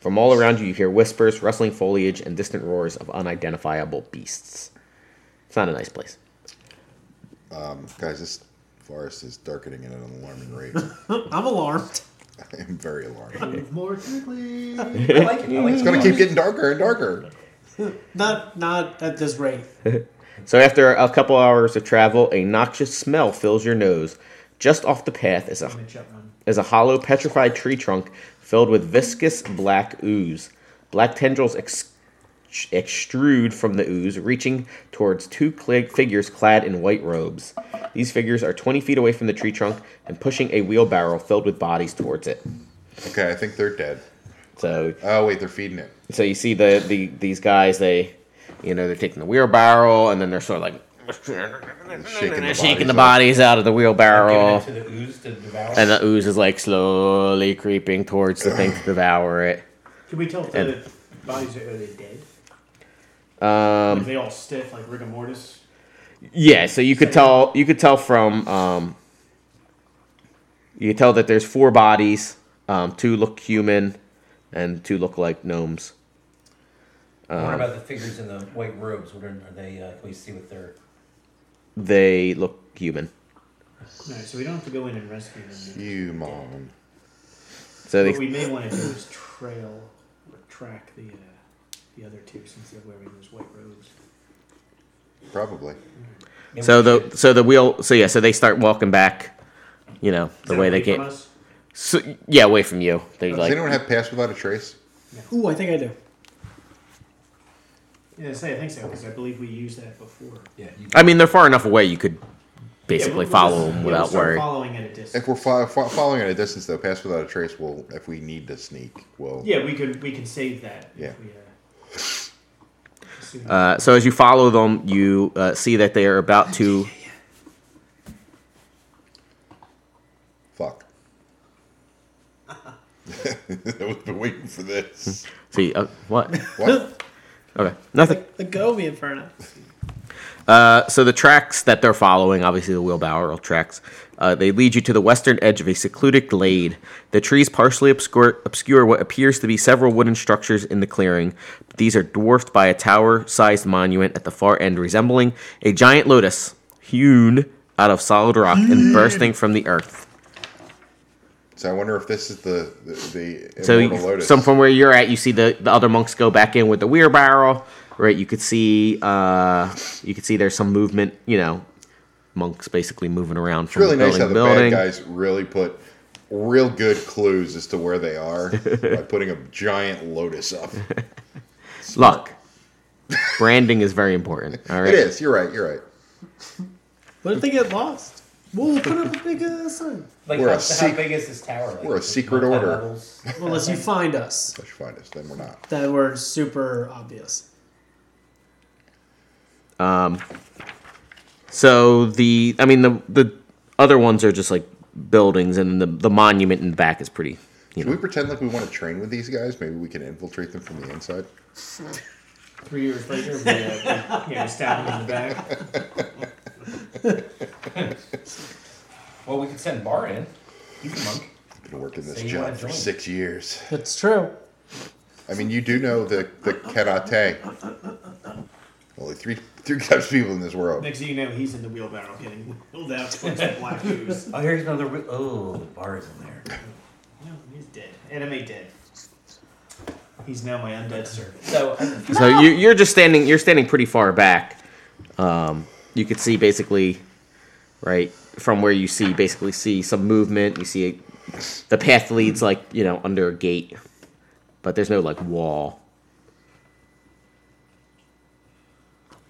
From all around you, you hear whispers, rustling foliage, and distant roars of unidentifiable beasts. It's not a nice place.
Guys, this forest is darkening at an alarming rate.
I'm alarmed.
I am very alarmed.
Move more quickly.
I like it. I like
It's
it.
going to keep getting darker and darker.
Not not at this rate.
So, after a couple hours of travel, a noxious smell fills your nose. Just off the path is a
Mitch up run.
is a hollow, petrified tree trunk filled with viscous black ooze. Black tendrils ex- extrude from the ooze, reaching towards two cl- figures clad in white robes. These figures are 20 feet away from the tree trunk and pushing a wheelbarrow filled with bodies towards it.
Okay, I think they're dead.
So,
Oh, wait, they're feeding it.
so you see the, the these guys, they, you know, they're taking the wheelbarrow and then they're sort of like
Shaking the
shaking the
up.
bodies out of the
Giving
wheelbarrow.
it to the ooze to devour.
And the ooze is like slowly creeping towards the thing to devour it.
Can we tell if the bodies are, are they dead?
Um,
Are they all stiff like rigor mortis?
Yeah, so you could tell you could tell from um, you could tell that there's four bodies. Um, two look human, and two look like gnomes. uh,
what about the figures in the white robes? What are, are they? Uh, can we see what they're?
They look human,
Alright, so we don't have to go in and rescue them.
You mom.
so
What
they
we may want to do is trail or track the uh, the other two since they're wearing those white robes.
Probably.
Maybe
so
we
the so the wheel so yeah so they start walking back, you know the way they
get.
came. So, yeah, away from you. They
Does
like
anyone have Pass Without a Trace?
Ooh, I think I do.
Yeah, say I think so because I believe we used that before.
should- Yeah, you,
I mean, they're far enough away you could
Yeah,
basically
we'll- we'll
follow
just-
them
yeah,
without
we'll start
worrying.
Following at a distance.
If we're fo- fo- following at a distance, though, Pass Without a Trace will, if we need to sneak, will.
Yeah, we could we can save that.
Yeah.
If we, uh, assume-
Uh, so as you follow them, you uh, see that they are about to.
Fuck. I've been waiting for this.
See uh, what?
What?
Okay, nothing.
Like the Gobi Inferno.
Uh, so the tracks that they're following, obviously the wheelbarrow tracks, uh, they lead you to the western edge of a secluded glade. The trees partially obscure, obscure what appears to be several wooden structures in the clearing. These are dwarfed by a tower-sized monument at the far end, resembling a giant lotus hewn out of solid rock and bursting from the earth.
So I wonder if this is the the, the
So,
immortal
you-
lotus.
some from where you're at, you see the, the other monks go back in with the wheelbarrow, right? You could see, uh, you could see there's some movement, you know, monks basically moving around
it's
from
really
building
nice how
to
the
building.
bad guys really put real good clues as to where they are by putting a giant lotus up.
Look, branding is very important. All
It
right,
is. You're right. You're right.
What if they get lost? We'll put up a big uh, sign.
like
we're
how,
a
how
sec-
big is this tower? Like,
we're a
is it
secret
multi
order.
levels?
Well, unless you find us,
Let's find us. Then we're not.
then we're super obvious.
So the, I mean the the other ones are just like buildings, and the the monument in the back is pretty. You
Should we
know,
pretend like we want to train with these guys? Maybe we can infiltrate them from the inside.
Three years later, we, uh, we, you know, stab him in the back.
Well, we could send Bar in. He's a monk.
Been working this
So you wanna
job for
join.
six years.
That's true.
I mean, you do know the the karate. Only three three types of people in this world.
Next thing you know, he's in the wheelbarrow getting wheeled out towards the black Jews.
Oh, here's another. wi- Oh, the bar is in there.
No, he's dead. Anime dead. He's now my undead servant.
So I-
so uh, you, you're just standing, you're standing pretty far back. Um, you could see basically, right from where you see basically see some movement. You see the path leads like you know under a gate, but there's no like wall.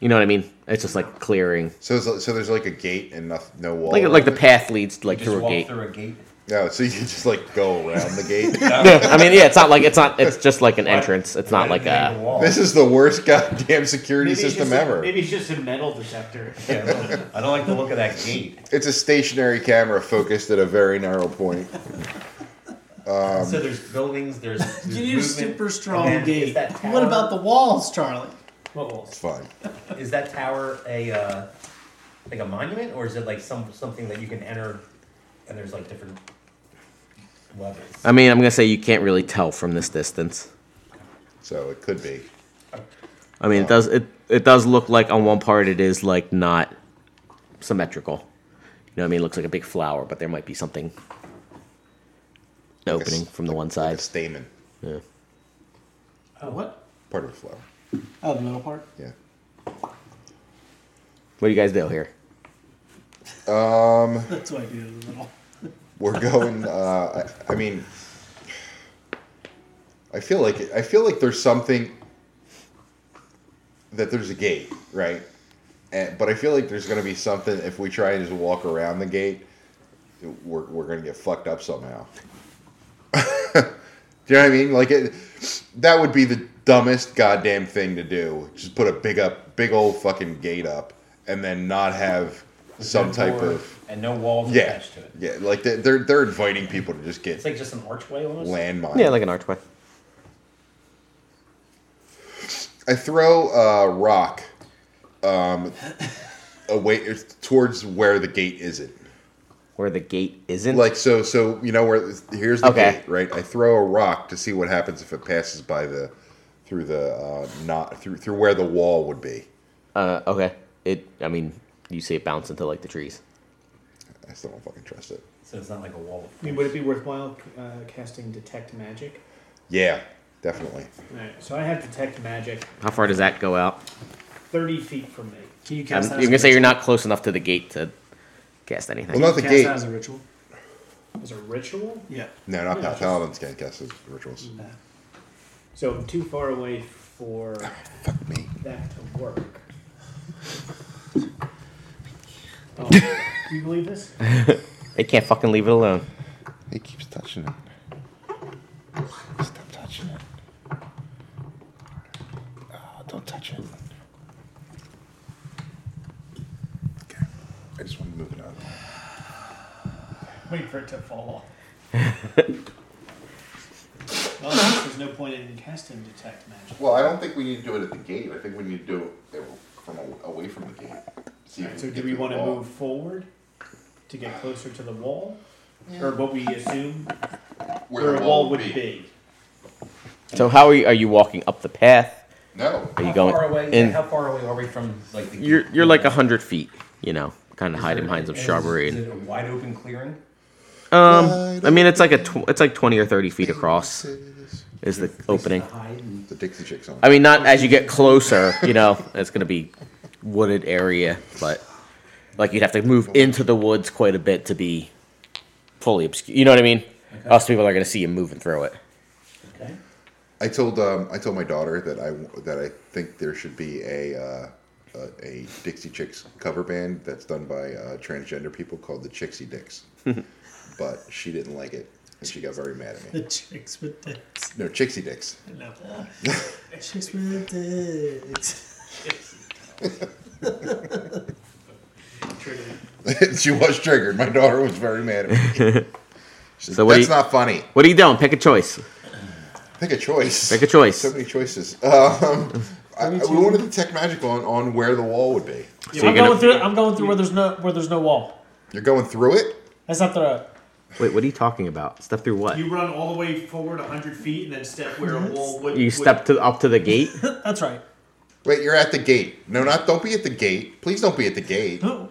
You know what I mean? It's just like clearing.
So it's- so there's like a gate and no, no wall.
like like the path leads like
just
through a
walk
gate.
through a gate.
No, so you just like go around the gate.
Yeah, I mean, yeah, it's not like it's not. It's just like an entrance. It's not like
Behind
a.
the wall.
this is the worst goddamn security
it's
system
just a-
ever.
maybe it's just a metal detector.
Yeah, I don't- I don't like the look of that gate.
It's a stationary camera focused at a very narrow point.
so there's buildings. There's, there's
You need a
movement,
super
and
strong
then
gate.
Is that tower,
What about the walls, Charlie?
What was?
It's fine.
Is that tower a uh, like a monument, or is it like some something that you can enter? And there's like different levels.
I mean, I'm gonna say you can't really tell from this distance.
So it could be.
I mean, it does it it does look like on one part it is like not symmetrical. You know, what I mean, it looks like a big flower, but there might be something an
a s-
opening from the one
Like a
side.
stamen.
Yeah.
Oh.
What?
Part of the flower.
Oh, the middle part.
Yeah.
What do you guys do here?
That's what I do in the middle.
We're going uh I, I mean I feel like I feel like there's something that there's a gate, right? And, but I feel like there's going to be something if we try and just walk around the gate, we're, we're going to get fucked up somehow. Do you know what I mean? Like it, that would be the dumbest goddamn thing to do. Just put a big up, big old fucking gate up, and then not have some
No
type
door
of
and no walls
yeah,
attached to it.
yeah. Like they- they're they're inviting people to just get
It's like just an archway almost.
landmine.
Yeah, like an archway.
I throw a rock um, away it's towards where the gate isn't.
Where the gate isn't.
Like so, so you know where here's the
Okay.
gate, right? I throw a rock to see what happens if it passes by the through the uh, not through through where the wall would be.
Uh, okay. It. I mean, you see it bounce into like the trees.
I still don't fucking trust it.
So it's not like a wall. of
I mean, would it be worthwhile uh, casting detect magic?
Yeah, definitely.
All right, so I have detect magic
How far does that go out?
thirty feet from me.
Can you
I'm,
cast that?
Um, you're gonna say you're not close enough to the gate to cast
Well,
anything.
not the
cast
gate.
that as a ritual.
As a ritual,
Yeah.
No, not
Yeah,
Pal- Paladins can't cast those rituals.
so I'm too far away for
Fuck me.
that to work. Oh, do you believe this?
They can't fucking leave it alone.
He keeps touching it. Stop touching it. Oh, don't touch it. Okay. I just want to move it out of the way.
Wait for it to fall off. well, I guess there's no point in casting detect magic.
Well, I don't think we need to do it at the gate. I think we need to do it from a- away from the gate. See if
So
can
do
get
we
through
want
the
to
wall.
move forward to get closer to the wall? Or what we assume where a wall would be?
So how are you? Are you walking up the path?
No.
Are you
How
going
far away?
in?
How far away are we from like the?
You're you're like a hundred feet. You know, kind of hiding behind some
Is-
shrubbery.
Is
And,
it a wide open clearing?
um, I mean, it's like a tw- it's like twenty or thirty feet across is the opening.
Hide and
The Dixie Chicks on.
I mean, not as you get closer, you know, it's gonna be wooded area, but like you'd have to move into the woods quite a bit to be fully obscure. You know what I mean? Else people are gonna see you moving through it.
okay.
I told um, I told my daughter that I that I think there should be a uh, a, a Dixie Chicks cover band that's done by uh, transgender people called the Chicksy Dicks, but she didn't like it and she got very mad at me.
The chicks with dicks.
No, Chicksy Dicks.
I love that. chicks with dicks.
she was triggered. My daughter was very mad at me. She said,
So what do
that's
you-
not funny.
What are you doing? Pick a choice.
Pick a choice.
Pick a choice.
So many choices. Um, I, I- we wanted to tech magic on on where the wall would be.
So you're
I'm
gonna
going through. I'm going through where there's no where there's no wall.
You're going through it.
That's not the.
wait. What are you talking about? Step through what?
You run all the way forward 100 feet and then step where a wall would
You step to up to the gate.
That's right.
Wait, you're at the gate. No, not don't be at the gate. Please don't be at the gate.
No.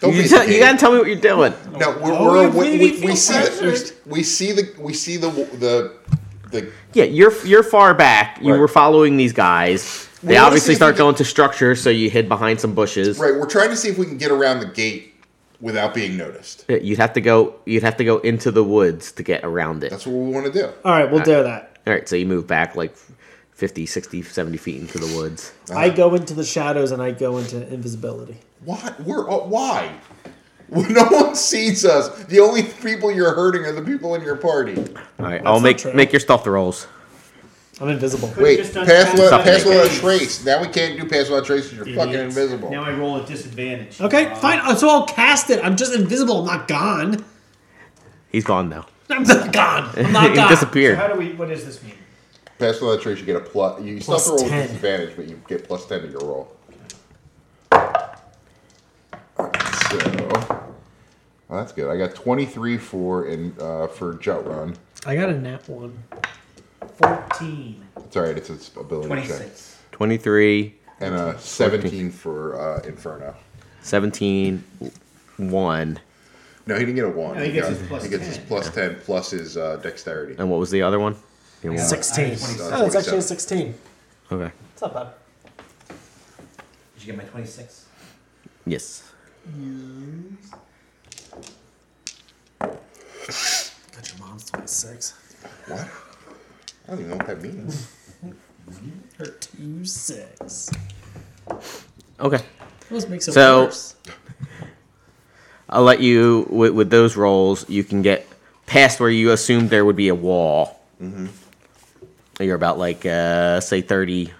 Don't
You,
be
tell-
at the
you
gate.
gotta tell me what you're doing.
No, we're,
Oh,
we're,
it
we
made
we,
me
we
feel
see the
pressured.
we, we see the we see the the the.
Yeah, you're you're far back. You
Right.
were following these guys. They
wanna see
obviously
if
start
we can-
going to structures, so you hid behind some bushes.
Right, we're trying to see if we can get around the gate without being noticed.
Yeah, You'd have to go. You'd have to go into the woods to get around it.
That's what we want to do.
All right, we'll dare that.
All right, so you move back like 50, 60, 70 feet into the woods.
I go into the shadows and I go into invisibility.
Why? We're uh, why? No one sees us. The only people you're hurting are the people in your party.
All right, I'll
not
make
true.
make your stealth rolls.
I'm invisible.
Wait,
just done
pass
pass
without
without
pass without
trace.
trace. Now we can't do pass without trace. 'cause You're fucking
Idiots.
invisible.
Now I roll at disadvantage.
Okay,
Uh,
fine. So I'll cast it. I'm just invisible. I'm not gone.
He's gone though.
I'm not gone. I'm
he
not gone.
disappeared.
How do we? What does this mean?
pass without trace, you get a plus. You still have to
Plus
roll
10.
with disadvantage, but you get plus ten to your roll. So well, that's good. I got twenty three for in uh, for jut run.
I got a nat one.
14.
It's all right. It's its ability check.
26.
Twenty three,
And a seventeen for uh, Inferno.
seventeen, one,
No, he didn't get a one.
No, he gets
got-
his plus
he gets his
10.
plus ten plus his uh, dexterity.
and what was the other one? You know,
I
16.
have 26.
Oh, it's actually a
27.
sixteen.
Okay.
It's not bad.
Did you get my 26?
Yes.
Got your mom's 26.
What? I don't even know what that means.
Her two six.
Okay.
Those makes it
So-
worse.
I'll let you with, with those rolls. You can get past where you assumed there would be a wall. Mm-hmm. You're about like uh, say 30,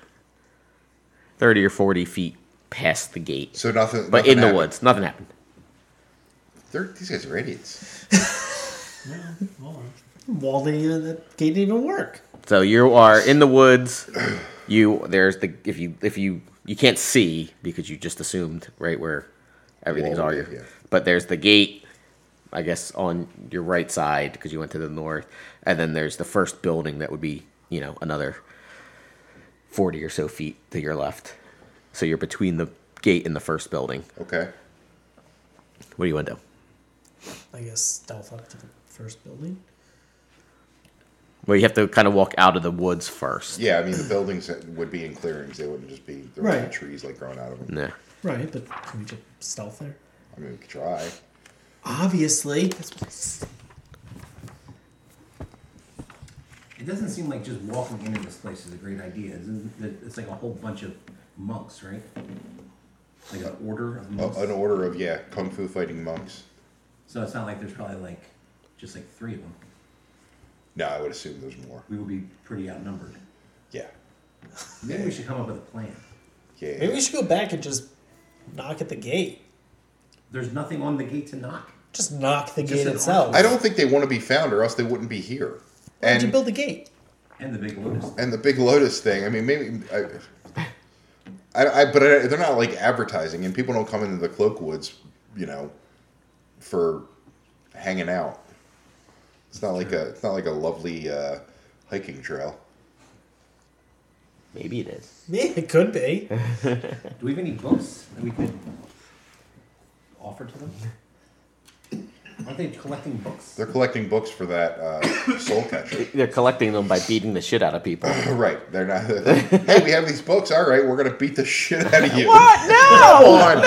30 or forty feet past the gate,
So nothing.
but
nothing
in the
happened.
woods, nothing happened.
They're, these guys are idiots.
Wall didn't even, that uh, gate didn't even work.
So you are in the woods. You there's the if you if you you can't see because you just assumed right where Everything's
Wall
all
would
you.
be, yeah.
But there's the gate, I guess, on your right side because you went to the north, and then there's the first building that would be, you know, another forty or so feet to your left. So you're between the gate and the first building.
Okay.
What do you want to do?
I guess stealth up to the first building.
Well, you have to kind of walk out of the woods first.
Yeah, I mean the buildings that would be in clearings. They wouldn't just be there would
Right.
be trees like growing out of them.
Yeah.
Right, but can we just stealth there?
I mean, we could try.
Obviously. That's what I s-
It doesn't seem like just walking into this place is a great idea. Isn't it- It's like a whole bunch of monks, right? Like an order of monks.
A, an order of yeah, kung fu fighting monks.
So it's not like there's probably like just like three of them.
No, I would assume there's more.
We will be pretty outnumbered.
Yeah.
Maybe we should come up with a plan.
Yeah.
Maybe we should go back and just knock at the gate.
There's nothing on the gate to knock.
Just knock the
Just
gate
an
itself.
I don't think they want to be found, or else they wouldn't be here.
Why'd you
And
build the gate?
And the big lotus.
and the big lotus thing. I mean, maybe. I, I, I but I, they're not like advertising, and people don't come into the cloak woods, you know, for hanging out. It's not like a. It's not like a lovely uh, hiking trail.
Maybe it is.
Yeah, it could be.
Do we have any books that we could offer to them? Aren't they collecting books?
They're collecting books for that uh, soul catcher.
They're collecting them by beating the shit out of people.
Right? They're not. hey, we have these books. All right, we're gonna beat the shit out of you.
No!
Come on. We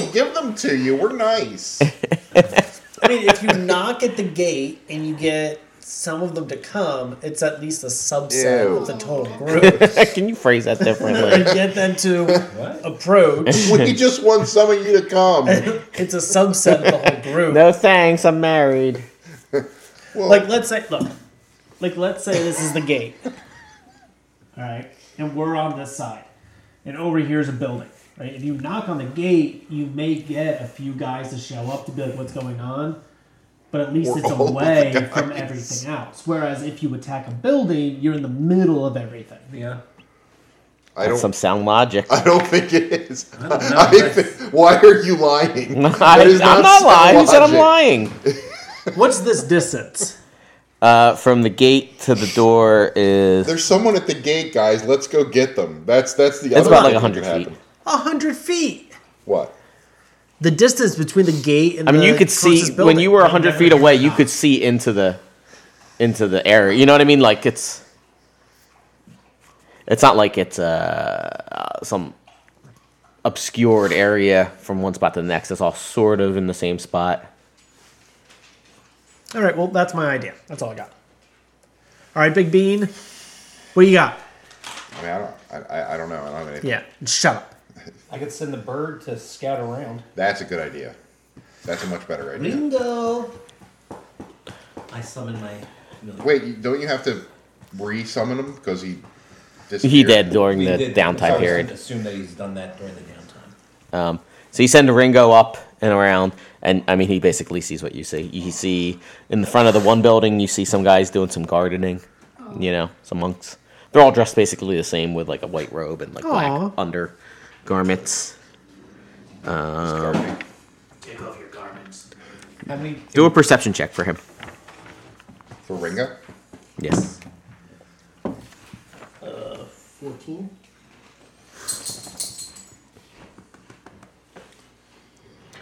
wanted to give them to you. We're nice.
I mean, if you knock at the gate and you get some of them to come, it's at least a subset
Ew.
of the total group.
Can you phrase that
to
differently?
get them to
What?
approach,
we just want some of you to come.
it's a subset of the whole group.
no thanks, I'm married.
Well,
Like, let's say, look, like, let's say this is the gate.
All right, and we're on this side, and over here is a building. Right, if you knock on the gate, you may get a few guys to show up to be like, "What's going on?" But at least
Or
it's
all the
away from
guys.
everything else. Whereas if you attack a building, you're in the middle of everything.
Yeah.
I
That's
don't.
some sound logic.
I don't think it is.
I don't know.
I think, why are you lying? That
I'm
is
not lying. Who said I'm
logic.
lying?
What's this distance?
Uh, from the gate to the door is
There's someone at the gate, guys. Let's go get them. That's that's the.
it's
other
about
thing
like
that
hundred
could
feet.
happen.
A hundred feet.
What?
The distance between the gate and
I mean,
the
you could see
closest
when
building.
you were
I've
hundred
never
feet
even
away. You
knocked.
could see into the into the area. You know what I mean? Like it's it's not like it's uh, uh, some obscured area from one spot to the next. It's all sort of in the same spot.
All right, well, that's my idea. That's all I got. All right, Big Bean, what you got?
I mean, I don't. I, I, I don't know. I don't have anything.
Yeah, shut up.
I could send the bird to scout around.
That's a good idea. That's a much better idea.
Bingo! I summon my. Million.
Wait, you- don't you have to re-summon him because he?
He
disappeared?
did during the
so I
downtime
was gonna
period.
Assume that he's done that during the downtime.
Um, so you send Ringo up and around, and I mean, he basically sees what you see. You see in the front of the one building, you see some guys doing some gardening, you know, some monks. They're all dressed basically the same with like a white robe and like black
Aw.
under garments. Um,
Take off your garments.
How many?
Do a perception check for him.
For Ringo.
Yes.
14?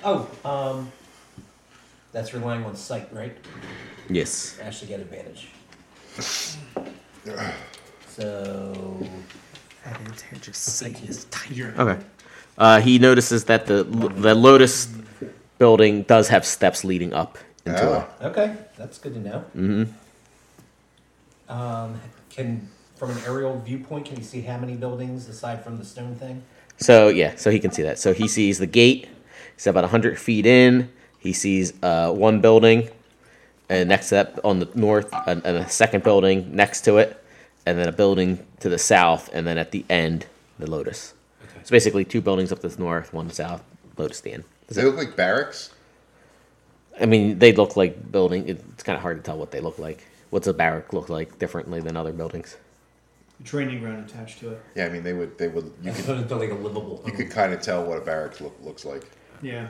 Oh, um. That's relying on sight, right?
Yes.
To actually get advantage. So.
Okay. Uh, he notices that the the Lotus building does have steps leading up into
Oh.
a
Okay, that's good to know. Mm-hmm. Um, can from an aerial viewpoint, can you see how many buildings aside from the stone thing?
So yeah, so he can see that. So he sees the gate. He's about hundred feet in. He sees uh, one building, and next to that on the north, and, and a second building next to it, and then a building to the south, and then at the end, the Lotus.
Okay.
So basically, two buildings up to the north, one south, Lotus at the end.
Does they look like barracks?
I mean, they look like building. It's kind of hard to tell what they look like. What's a barrack look like differently than other buildings?
Training ground attached to it.
Yeah, I mean they would. They would. You
As
could.
opposed to like a livable.
You
home.
could kind of tell what a barracks look, looks like.
Yeah.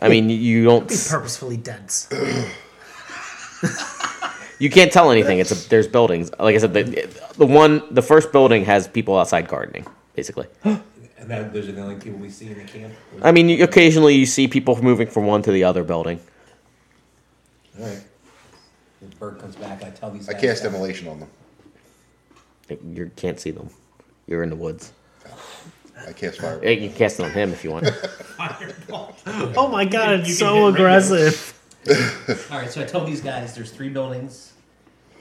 I mean, you don't.
Be purposefully dense.
You can't tell anything. It's a, there's buildings. Like I said, the, the one the first building has people outside gardening, basically.
And that, those are the only people we see in the camp.
I mean, you, occasionally you see people moving from one to the other building.
All right. If Bert comes back, I tell these.
I
guys
cast
that-
demolition on them.
You can't see them. You're in the woods.
I cast fire.
Eh, You can cast it on him if you want.
Oh my god, it's
You can
so
hit regulars.
aggressive.
All right, so I tell these guys there's three buildings,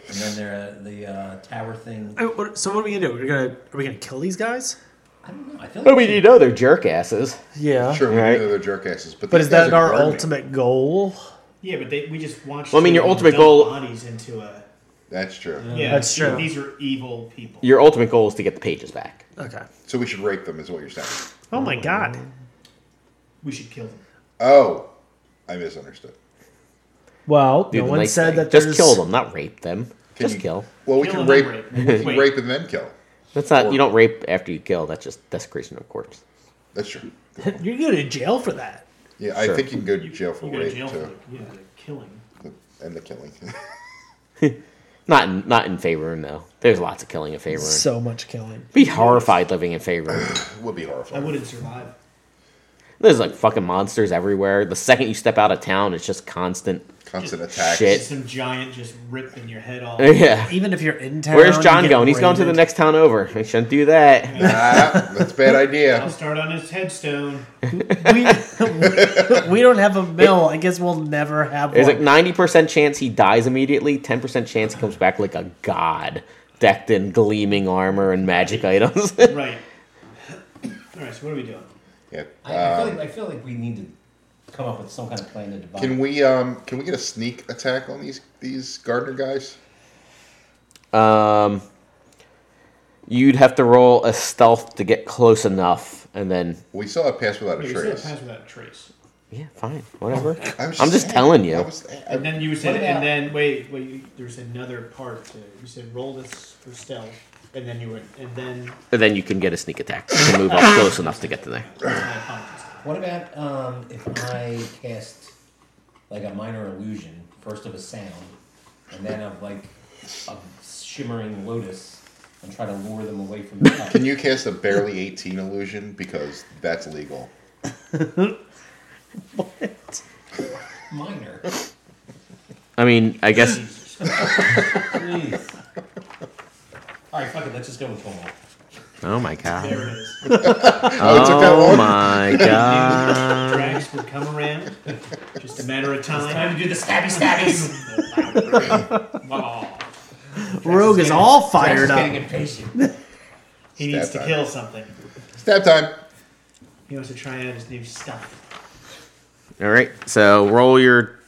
and then there uh, the uh, tower thing.
Uh, what- So what are we gonna do? We're gonna are we gonna kill these guys?
I don't know. I feel like
I mean, you know they're jerk asses.
Yeah.
Sure, we
Right.
know they're jerk asses, but
But
these
is
guys
that
are
our
gardening.
ultimate goal?
Yeah, but they, we just watched.
Well, I mean,
them
your ultimate
dump
goal-
Bodies into a.
That's true.
Yeah,
That's true.
These are evil people.
Your ultimate goal is to get the pages back.
Okay.
So we should rape them, is what you're saying.
Oh my god.
We should kill them.
Oh, I misunderstood.
Well,
Do
no
the
one
nice
said
thing.
that
Just
there's...
kill them, not rape them.
Can
just
you-
kill.
Well, we
Kill
can
and then
rape.
rape.
We can
Wait.
rape and then kill.
That's not.
Or-
you don't rape after you kill. That's just desecration of corpse.
That's true.
You're going to jail for that.
Yeah, I
Sure.
think you can go to jail for
You go to
rape
jail for the,
too,
yeah, the killing.
and the killing.
Not in, not in Faerun though. There's lots of killing in Faerun.
So much killing.
Be horrified living in Faerun.
it would be
I
horrifying.
wouldn't survive.
There's like fucking monsters everywhere. The second you step out of town, it's just constant.
Constant attacks.
Shit.
It's some giant just ripping your head off.
Yeah.
Even if you're in town.
Where's
you
John
get
going? He's going to the
raided.
next town over. He shouldn't do that.
Ah, that's a bad
I'll
idea.
start on his headstone.
We, we don't have a mill. I guess we'll never have
There's like
one.
ninety percent chance he dies immediately. Ten percent chance he comes back like a god, decked in gleaming armor and magic items.
Right. All right. So what are we doing?
Yeah.
I, I, feel
um,
like, I feel like we need to come up with some kind of plan to divide.
Can we um can we get a sneak attack on these these gardener guys?
um, you'd have to roll a stealth to get close enough, and then
We saw it pass without
Wait,
a
we said
trace.
pass without a trace.
yeah, fine, whatever.
I was
I'm just
saying,
telling you.
I was- I-
And then you said,
What about-
and then wait, wait. you- There's another part. To it. You said roll this for stealth, and then you went, and then
And then you can get a sneak attack to move up close enough to get to there.
my apologies.
What about um, if I cast like a minor illusion, first of a sound, and then of like a shimmering lotus, and try to lure them away from the top?
Can you cast a barely 18 illusion? Because that's legal.
minor?
I mean, I guess
Jeez. All right, fuck it. Let's just go with Tomo.
Oh my god.
There it is.
it took that
Oh
long?
my god.
Drax would come around. Just a matter of
Time
time.
to do the stabby stabbies.
Wow.
Rogue is all fired up.
Just getting impatient.
He needs to
Stab
kill something.
Stab time.
He wants to try out his new stuff.
All right. So roll your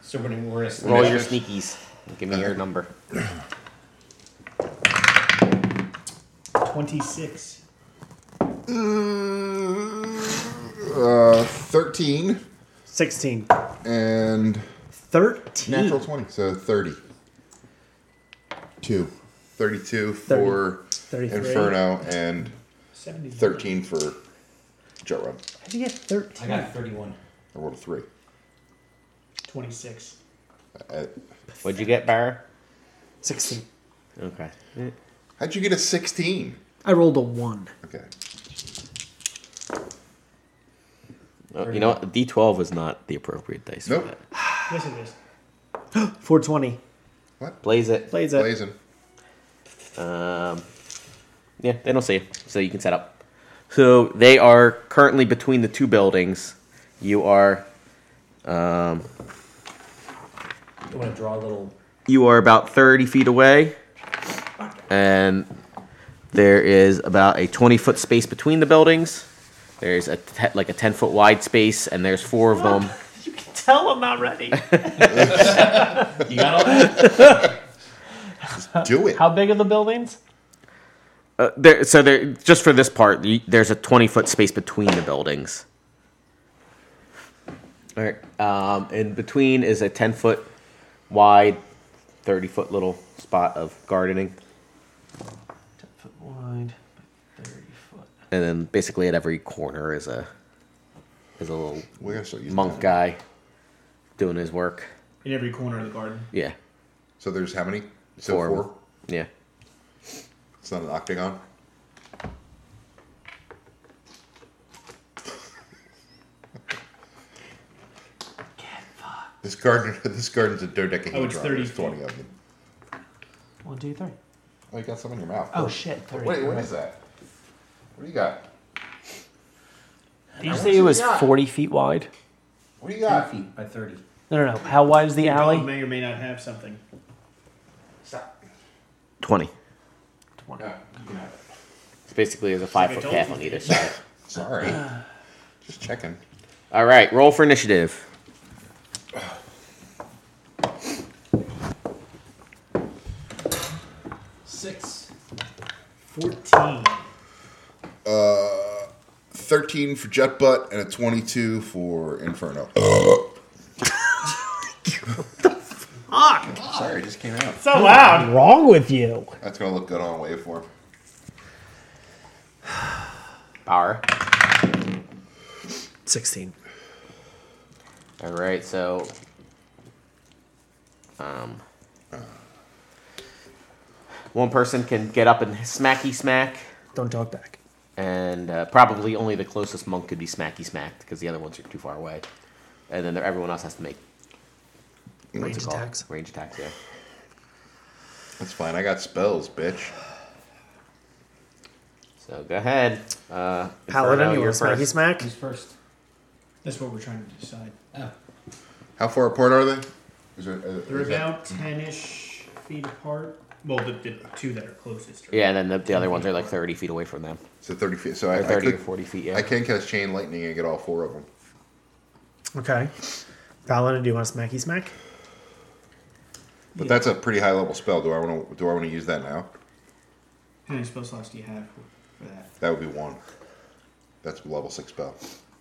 So we're gonna- we're gonna sneak-
roll your sneakies. Give me your number.
26.
Uh, 13
16.
and
13.
natural 20. So 30. 2. 32 for
33.
Inferno and
70.
13 for Jet Run.
How'd you get
I
13?
got 31.
I rolled a 3.
26.
Uh,
What'd you get, Barra?
16.
Okay.
how'd you get a 16?
I rolled a one.
Okay.
Oh, you know what? D twelve is not the appropriate dice
Nope.
for that.
Yes, it is.
420.
Blaze it.
Plays it.
Blazing.
Um, yeah, they don't see you, so you can set up. So they are currently between the two buildings. You are, um,
You want to draw a little.
you are about thirty feet away, and there is about a twenty foot space between the buildings. There's a te- like a ten foot wide space, and there's four of them.
You can tell I'm not ready.
You got all that?
Do it.
How big are the buildings?
Uh, there, so there, just for this part, y- there's a 20 foot space between the buildings. All right. Um, in between is a 10 foot wide, 30 foot little spot of gardening,
10 foot wide, 30 foot.
and then basically at every corner is a There's a little
We gotta start using
monk
that.
guy doing his work.
in every corner of the garden.
Yeah.
So there's how many? So
Four.
four.
Yeah.
It's not an octagon. This garden, this garden's a dodecahedron.
Oh, it's 30
There's twenty of them.
One, two, three.
Oh, you got some in your mouth.
Oh shit! Three.
Wait, what is that? What do you got?
Did you say it was 40 feet wide?
What do you got?
Three feet by 30.
No, no, no. How wide is the
Dog
alley?
may or may not have something.
Stop.
20.
No, you can have it.
It's basically there's a five
Like I
foot
told
path
you.
on either side.
Sorry. Just checking.
All right, roll for initiative.
Six. Fourteen.
Uh, thirteen for Jet Butt and a twenty-two for Inferno. Sorry, it just came out.
So loud.
What's wrong with you?
That's gonna look good on waveform.
Power.
16.
All right, so um, one person can get up and smacky smack,
Don't talk back.
and uh, probably only the closest monk could be smacky smacked because the other ones are too far away, and then there- everyone else has to make
Range
what's it called?
attacks.
Range attacks, yeah.
That's fine. I got spells, bitch.
So go ahead. Uh,
Paladin,
Inferno,
you
you're
want to smacky
first.
smack?
Who's first?
That's what we're trying to decide.
Oh.
How far apart are they? Is there, is that-
They're
mm-hmm.
about ten-ish feet apart. Well, the, the two that are closest.
Yeah, and then the, the other ones are like 30 feet away from them.
so thirty feet. So I,
Or
I
30 or
could,
40 feet, yeah.
I can cast chain lightning and get all four of them.
Okay. Paladin, do you want to smacky smack?
But that's a pretty high level spell. Do I want to? Do I want to use that now?
How many spell slots do you have for, for that?
That would be one. That's a level six spell.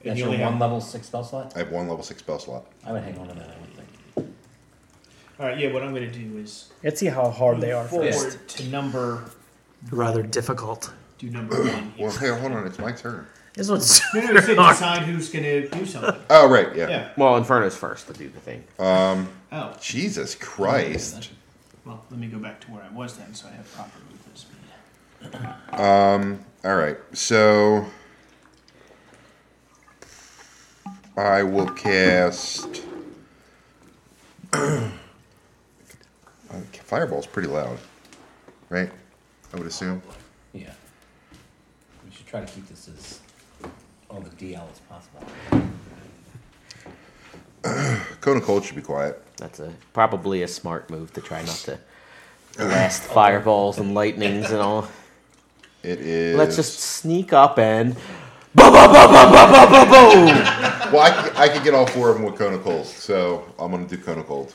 That's
you
your
only
one
have-
level six spell slot?
I have one level six spell slot.
I would hang on to that, I would think.
All right. Yeah. What I'm going to do is
Let's see how
Oh,
hard they are
move forward
first.
to number.
Rather difficult.
Do number one.
Well,
Here.
hey, hold on. It's my turn.
This one's
No, no, you said
hard.
decide who's going to do something.
Oh right, yeah. Um,
Yeah.
Well, Inferno's first to do the thing.
Oh.
Jesus Christ.
Well, let me go back to where I was then, so I have proper movement speed.
All right, so I will cast. Uh, Fireball's pretty loud, right? I would assume.
Yeah. We should try to keep this as on the DL as possible.
Cone and Cold should be quiet.
That's a probably a smart move to try not to blast fireballs and lightnings and all.
It is.
Let's just sneak up and boom, boom, boom, boom, boom, boom, boom, boom.
Well, I could, I could get all four of them with Cone of Cold, so I'm going to do Cone of Cold.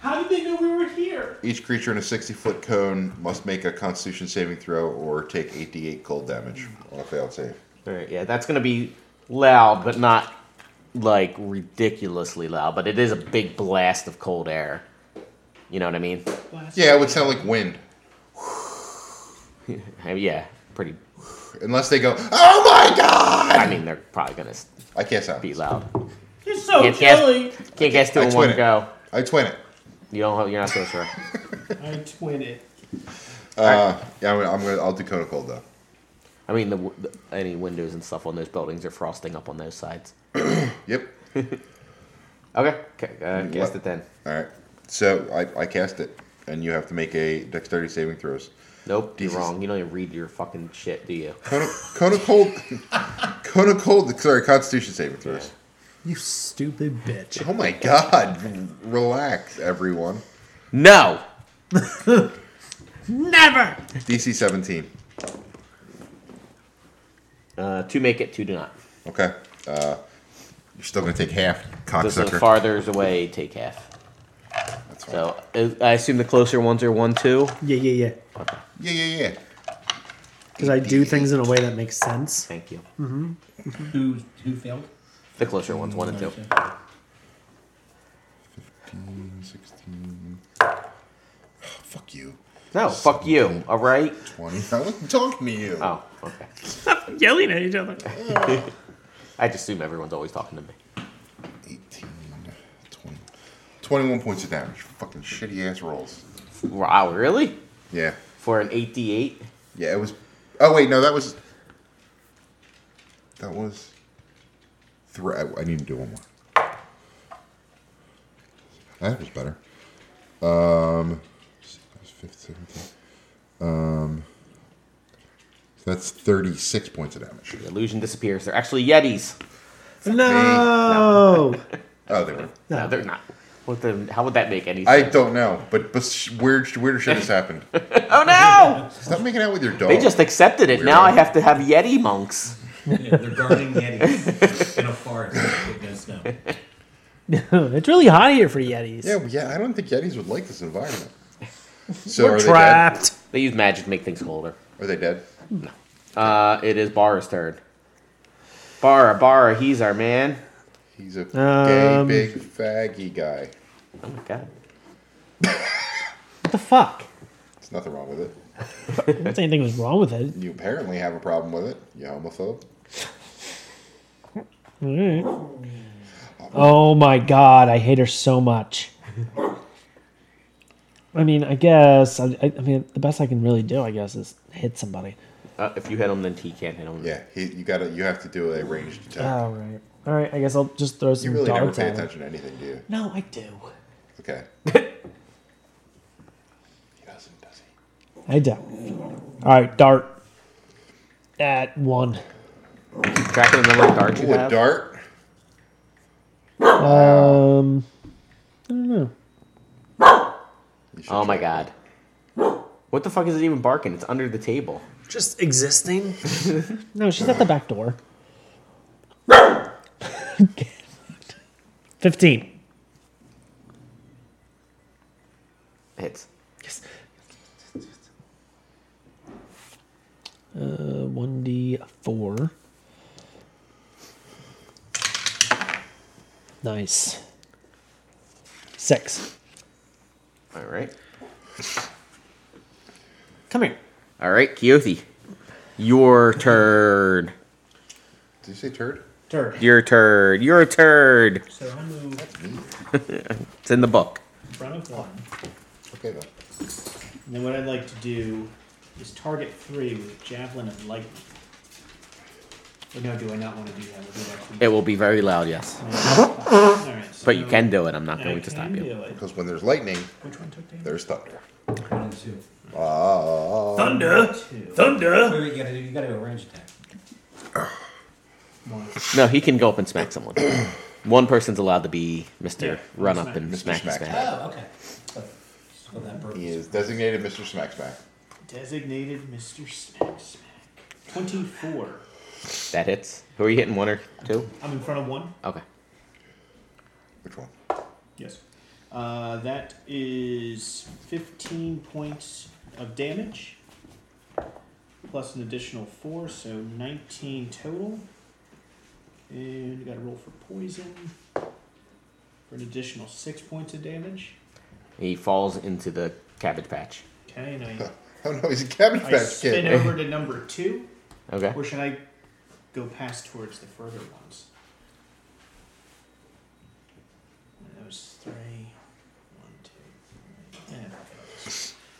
How did they know we were here?
Each creature in a 60 foot cone must make a Constitution saving throw or take 8d8 cold damage on a failed save.
all right, yeah, that's gonna be loud, but not like ridiculously loud. But it is a big blast of cold air. You know what I mean?
Yeah, it would sound like wind.
Uh, Yeah, pretty.
Unless they go, oh my god!
I mean, they're probably gonna s-
I can't sound.
be loud.
You're so
Can't
chilly.
guess. Can't guess two
I
in one
twin it.
go.
I twin it.
You don't. You're not so sure.
I twin it.
Uh, yeah, I'm gonna, I'm gonna. I'll do Kona Cold though.
I mean, the, w- the any windows and stuff on those buildings are frosting up on those sides.
Yep.
Okay, okay uh, cast
what?
it then.
All right. So I, I cast it, and you have to make a dexterity saving throws.
Nope,
Jesus.
you're wrong. You don't even read your fucking shit, do you?
Kona, Kona Cold. Kona Cold. Sorry, Constitution saving throws.
You stupid bitch.
Oh my God! Relax, everyone.
No.
Never!
DC 17.
Uh, two make it, two do not.
Okay. Uh, you're still gonna take half,
Just the
cocksucker.
farther is away, take half.
That's fine.
So I- I assume the closer ones are one, two.
Yeah, yeah, yeah.
Yeah, yeah, yeah.
Because I do things in a way that makes sense.
Thank you.
Who, who failed?
The closer ones, one and two.
Mm-hmm. 16. Fuck you.
No, fuck
Mm-hmm.
you. All right.
20. I wasn't talking to you.
Oh, okay.
Yelling at each other.
I just assume everyone's always talking to me.
18, 20, 21 points of damage. Fucking shitty ass rolls.
Wow, really?
Yeah.
For an 8d8?
Yeah, it was. Oh, wait, no, that was. That was. Three. I, I need to do one more. That was better. Um. that was fifth, seventh, Um. That's 36 points of damage.
The illusion disappears. They're actually Yetis.
No.
Oh, they were.
No, they're not. What the, how would that make any
I
sense?
don't know, but, but sh- weird, weirder shit has happened.
oh no!
Stop making out with your dog.
They just accepted it. Now I have to have Yeti monks.
Yeah, they're guarding Yetis in a forest with no snow.
it's really hot here for Yetis.
Yeah, well, yeah. I don't think Yetis would like this environment. So
We're
are
trapped.
They use magic to make things colder.
they dead? Are they dead?
Uh, it is Barra's turn. Barra, Barra, he's our man.
He's a
Um,
gay, big, faggy guy.
Oh my god.
What the fuck?
There's nothing wrong with it.
I don't think anything was wrong with it.
You apparently have a problem with it. You homophobe.
Alright. Oh my god, I hate her so much. I mean, I guess. I, I, I mean, the best I can really do, I guess, is hit somebody.
Uh, if you hit him, then he can't hit him.
Yeah, he, you gotta. You have to do a ranged attack.
All right. All right. I guess I'll just throw some
you really never
darts
pay
at her.
attention to anything, do you?
No, I do.
Okay. he doesn't, does he?
I do. All right, dart at one.
Keep track of the number of darts you
Ooh, a
have.
dart.
Um, I don't know.
You should
Oh my
try.
god. What the fuck is it even barking? It's under the table.
Just existing.
No, she's at the back door. Fifteen.
Hits.
Uh, one d four. Nice. Six.
All right.
Come here.
All right, Keothi. Your turn.
Did you say turd?
Turd.
Your turn. Your turn.
So I move
It's in the book.
in front of one.
Okay then.
And then what I'd like to do is target three with javelin of lightning. But no, do I not want to do that? Would that actually-
It will be very loud, yes.
All right,
But you
so
can do it. I'm not
I
going to stop
can
you.
do it.
Because when there's lightning,
Which one took damage?
there's thunder.
One and two.
Ah.
Thunder!
Two.
Thunder!
Wait, wait, you gotta do, you gotta do a range attack.
One.
No, he can go up and smack someone. One person's allowed to be Mr.
Yeah,
Run Up and
Mr.
Smack
Smack.
Smack. smack.
Oh, okay. But, so that burp
He
is-
is designated Mr. Smack Smack.
Designated Mr. Smack Smack. 24.
That hits. Who are you hitting? One or two?
I'm in front of one?
Okay.
Which one?
Yes. Uh, that is 15 points of damage, plus an additional 4, so 19 total. And you gotta roll for poison for an additional 6 points of damage.
He falls into the cabbage patch.
Okay, and I,
Oh no, he's a cabbage
I
patch
spin
kid.
over to number 2,
Okay.
or should I go past towards the further ones? That was 3, 1, 2, three, and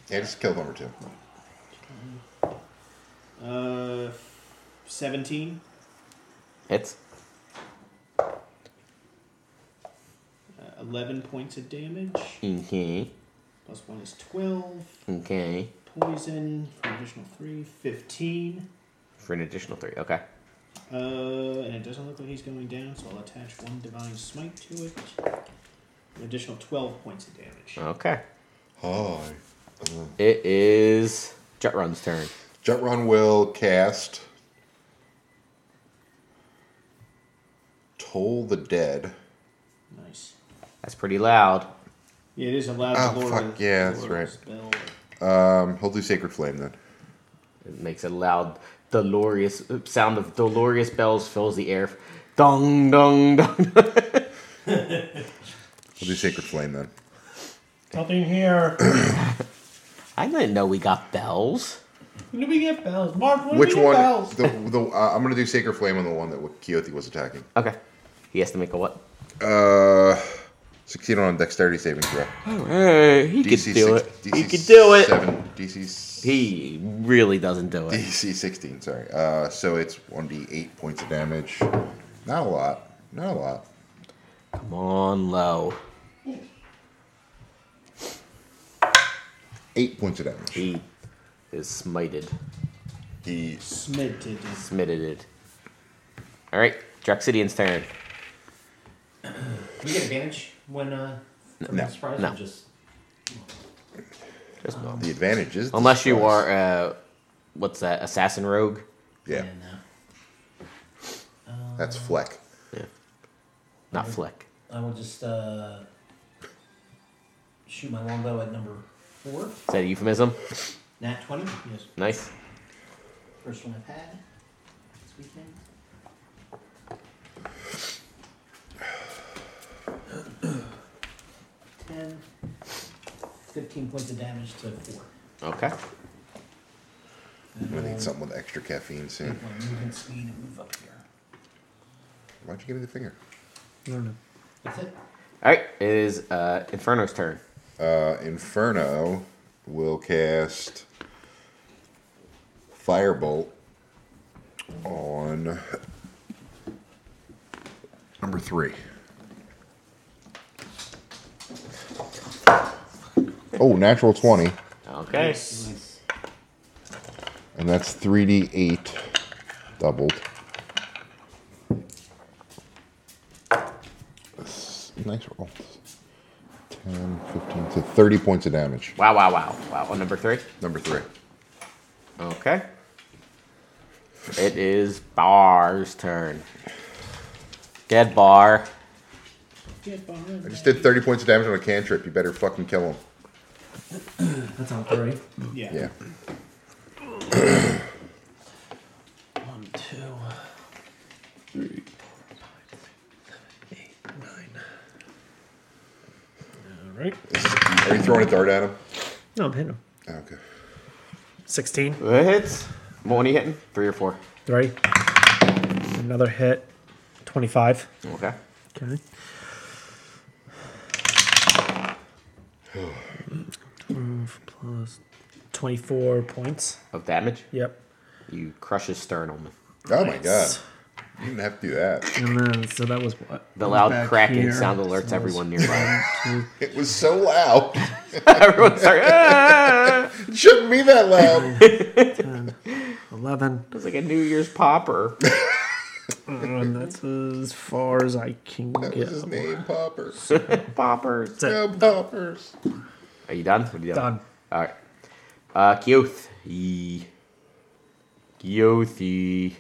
Yeah, just kill number two.
Uh, 17.
Hits.
Uh, 11 points of damage.
Okay.
Plus 1 is 12.
Okay.
Poison for an additional 3. 15.
For an additional three. Okay.
Uh, and it doesn't look like he's going down, so I'll attach one Divine Smite to it. An additional 12 points of damage.
Okay.
Hi.
It is Jutrun's turn.
Jutron will cast Toll the Dead.
Nice.
That's pretty loud.
Yeah, it is allowed
Oh,
to lower
fuck, yeah, that's
lower
right.
Spell.
Um, he'll do Sacred Flame then.
It makes a loud, dolorous sound of dolorous bells fills the air. Dong, dong, dong.
He'll do Sacred Flame then.
Nothing here.
I didn't know we got bells.
When do we get bells? Mark, when
Which
do we get
one?
bells?
The, the, uh, I'm going to do Sacred Flame on the one that Keothi was attacking.
Okay. He has to make a what?
Uh, succeed on a dexterity saving throw.
Hey, he
DC
can do
six-
it.
DC
he can do it.
Seven. DC.
He really doesn't do it.
DC 16. Sorry. Uh, so it's 1d8 points of damage. Not a lot. Not a lot.
Come on, low.
Eight points of damage.
He is smited,
He
Smited is
smitted it. All right, Draxidian's turn.
Do we get advantage when uh, from
No.
the surprise?
No.
Or just
Just
The advantage is
Unless you
disguise.
are, uh, what's that, assassin rogue?
Yeah,
and, uh,
that's Fleck.
Not Flick.
I will just uh, shoot my longbow at number four.
Is that a euphemism?
Nat 20. Yes.
Nice.
First one I've had this weekend. Ten. Fifteen points of damage to four.
Okay.
I'm gonna need something with extra caffeine soon.
My movement speed and move up here.
Why'd you give me the finger?
That's it.
All right, it is uh, Inferno's turn.
Uh, Inferno will cast Firebolt on number three. Oh, natural 20.
Okay.
And that's 3d8 doubled. That's a Nice roll. 10, 15, so 30 points of damage.
Wow, wow, wow. Wow, on number three.
Number three.
Okay. It is Bar's turn. Dead Bar.
get behind
I just did 30 points of damage on a cantrip. You better fucking kill him.
That's not three.
Yeah.
Yeah.
One, two, three, eight, nine. All right.
Are you throwing a dart at him? Oh,
No, I'm hitting him.
Okay.
16,
That hits. What one are you hitting? Three or four?
three. Another hit. 25.
Okay.
Okay. Twelve plus 24 points.
Of damage.
Yep.
You crush his sternum.
Oh my god. You didn't have to do that.
And then, so that was what?
The loud
Back
cracking
here.
sound alerts
So
everyone nearby.
It was so loud.
Everyone's like, ah!
It shouldn't be that loud.
11.
It's like a New Year's popper.
And that's as far as I can
That was his
go.
name, Poppers.
Poppers.
Yeah, Poppers.
Are you done? What are you
Done.
All right. Uh, Kyothi. Kyothi.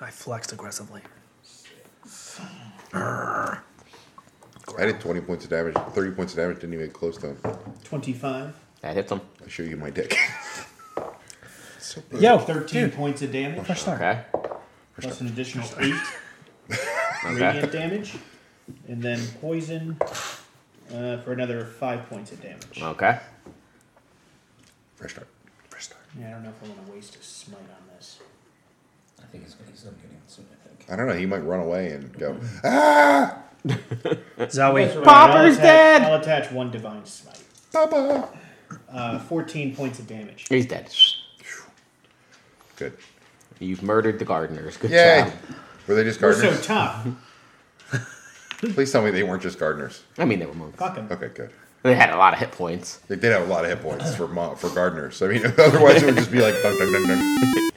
I flexed aggressively.
I did 20 points of damage. 30 points of damage. Didn't even get close to him.
25.
That hits him.
I show you my dick. so bad.
Yo,
13 points of damage.
Okay.
Plus an additional 8
Okay.
radiant damage. And then poison uh, for another 5 points of damage.
Okay.
Fresh start. Fresh start.
Yeah, I don't know if I want to waste a smite on this.
I think he's gonna he's gonna get it soon. I think.
I don't know. He might run away and go, ah,
Zoe.
Popper's
I'll attach-
dead!
I'll attach one divine smite.
Papa.
Uh, 14 points of damage.
He's dead.
Good.
You've murdered the gardeners. Good
Yay.
job.
Were they just
We're so
gardeners?
tough.
Please tell me they weren't just gardeners.
I mean, they were monks.
Fuck 'em.
Okay, good.
They had a lot of hit points.
They did have a lot of hit points for mo- for gardeners. I mean, otherwise it would just be like dunk, dunk, dunk, dunk.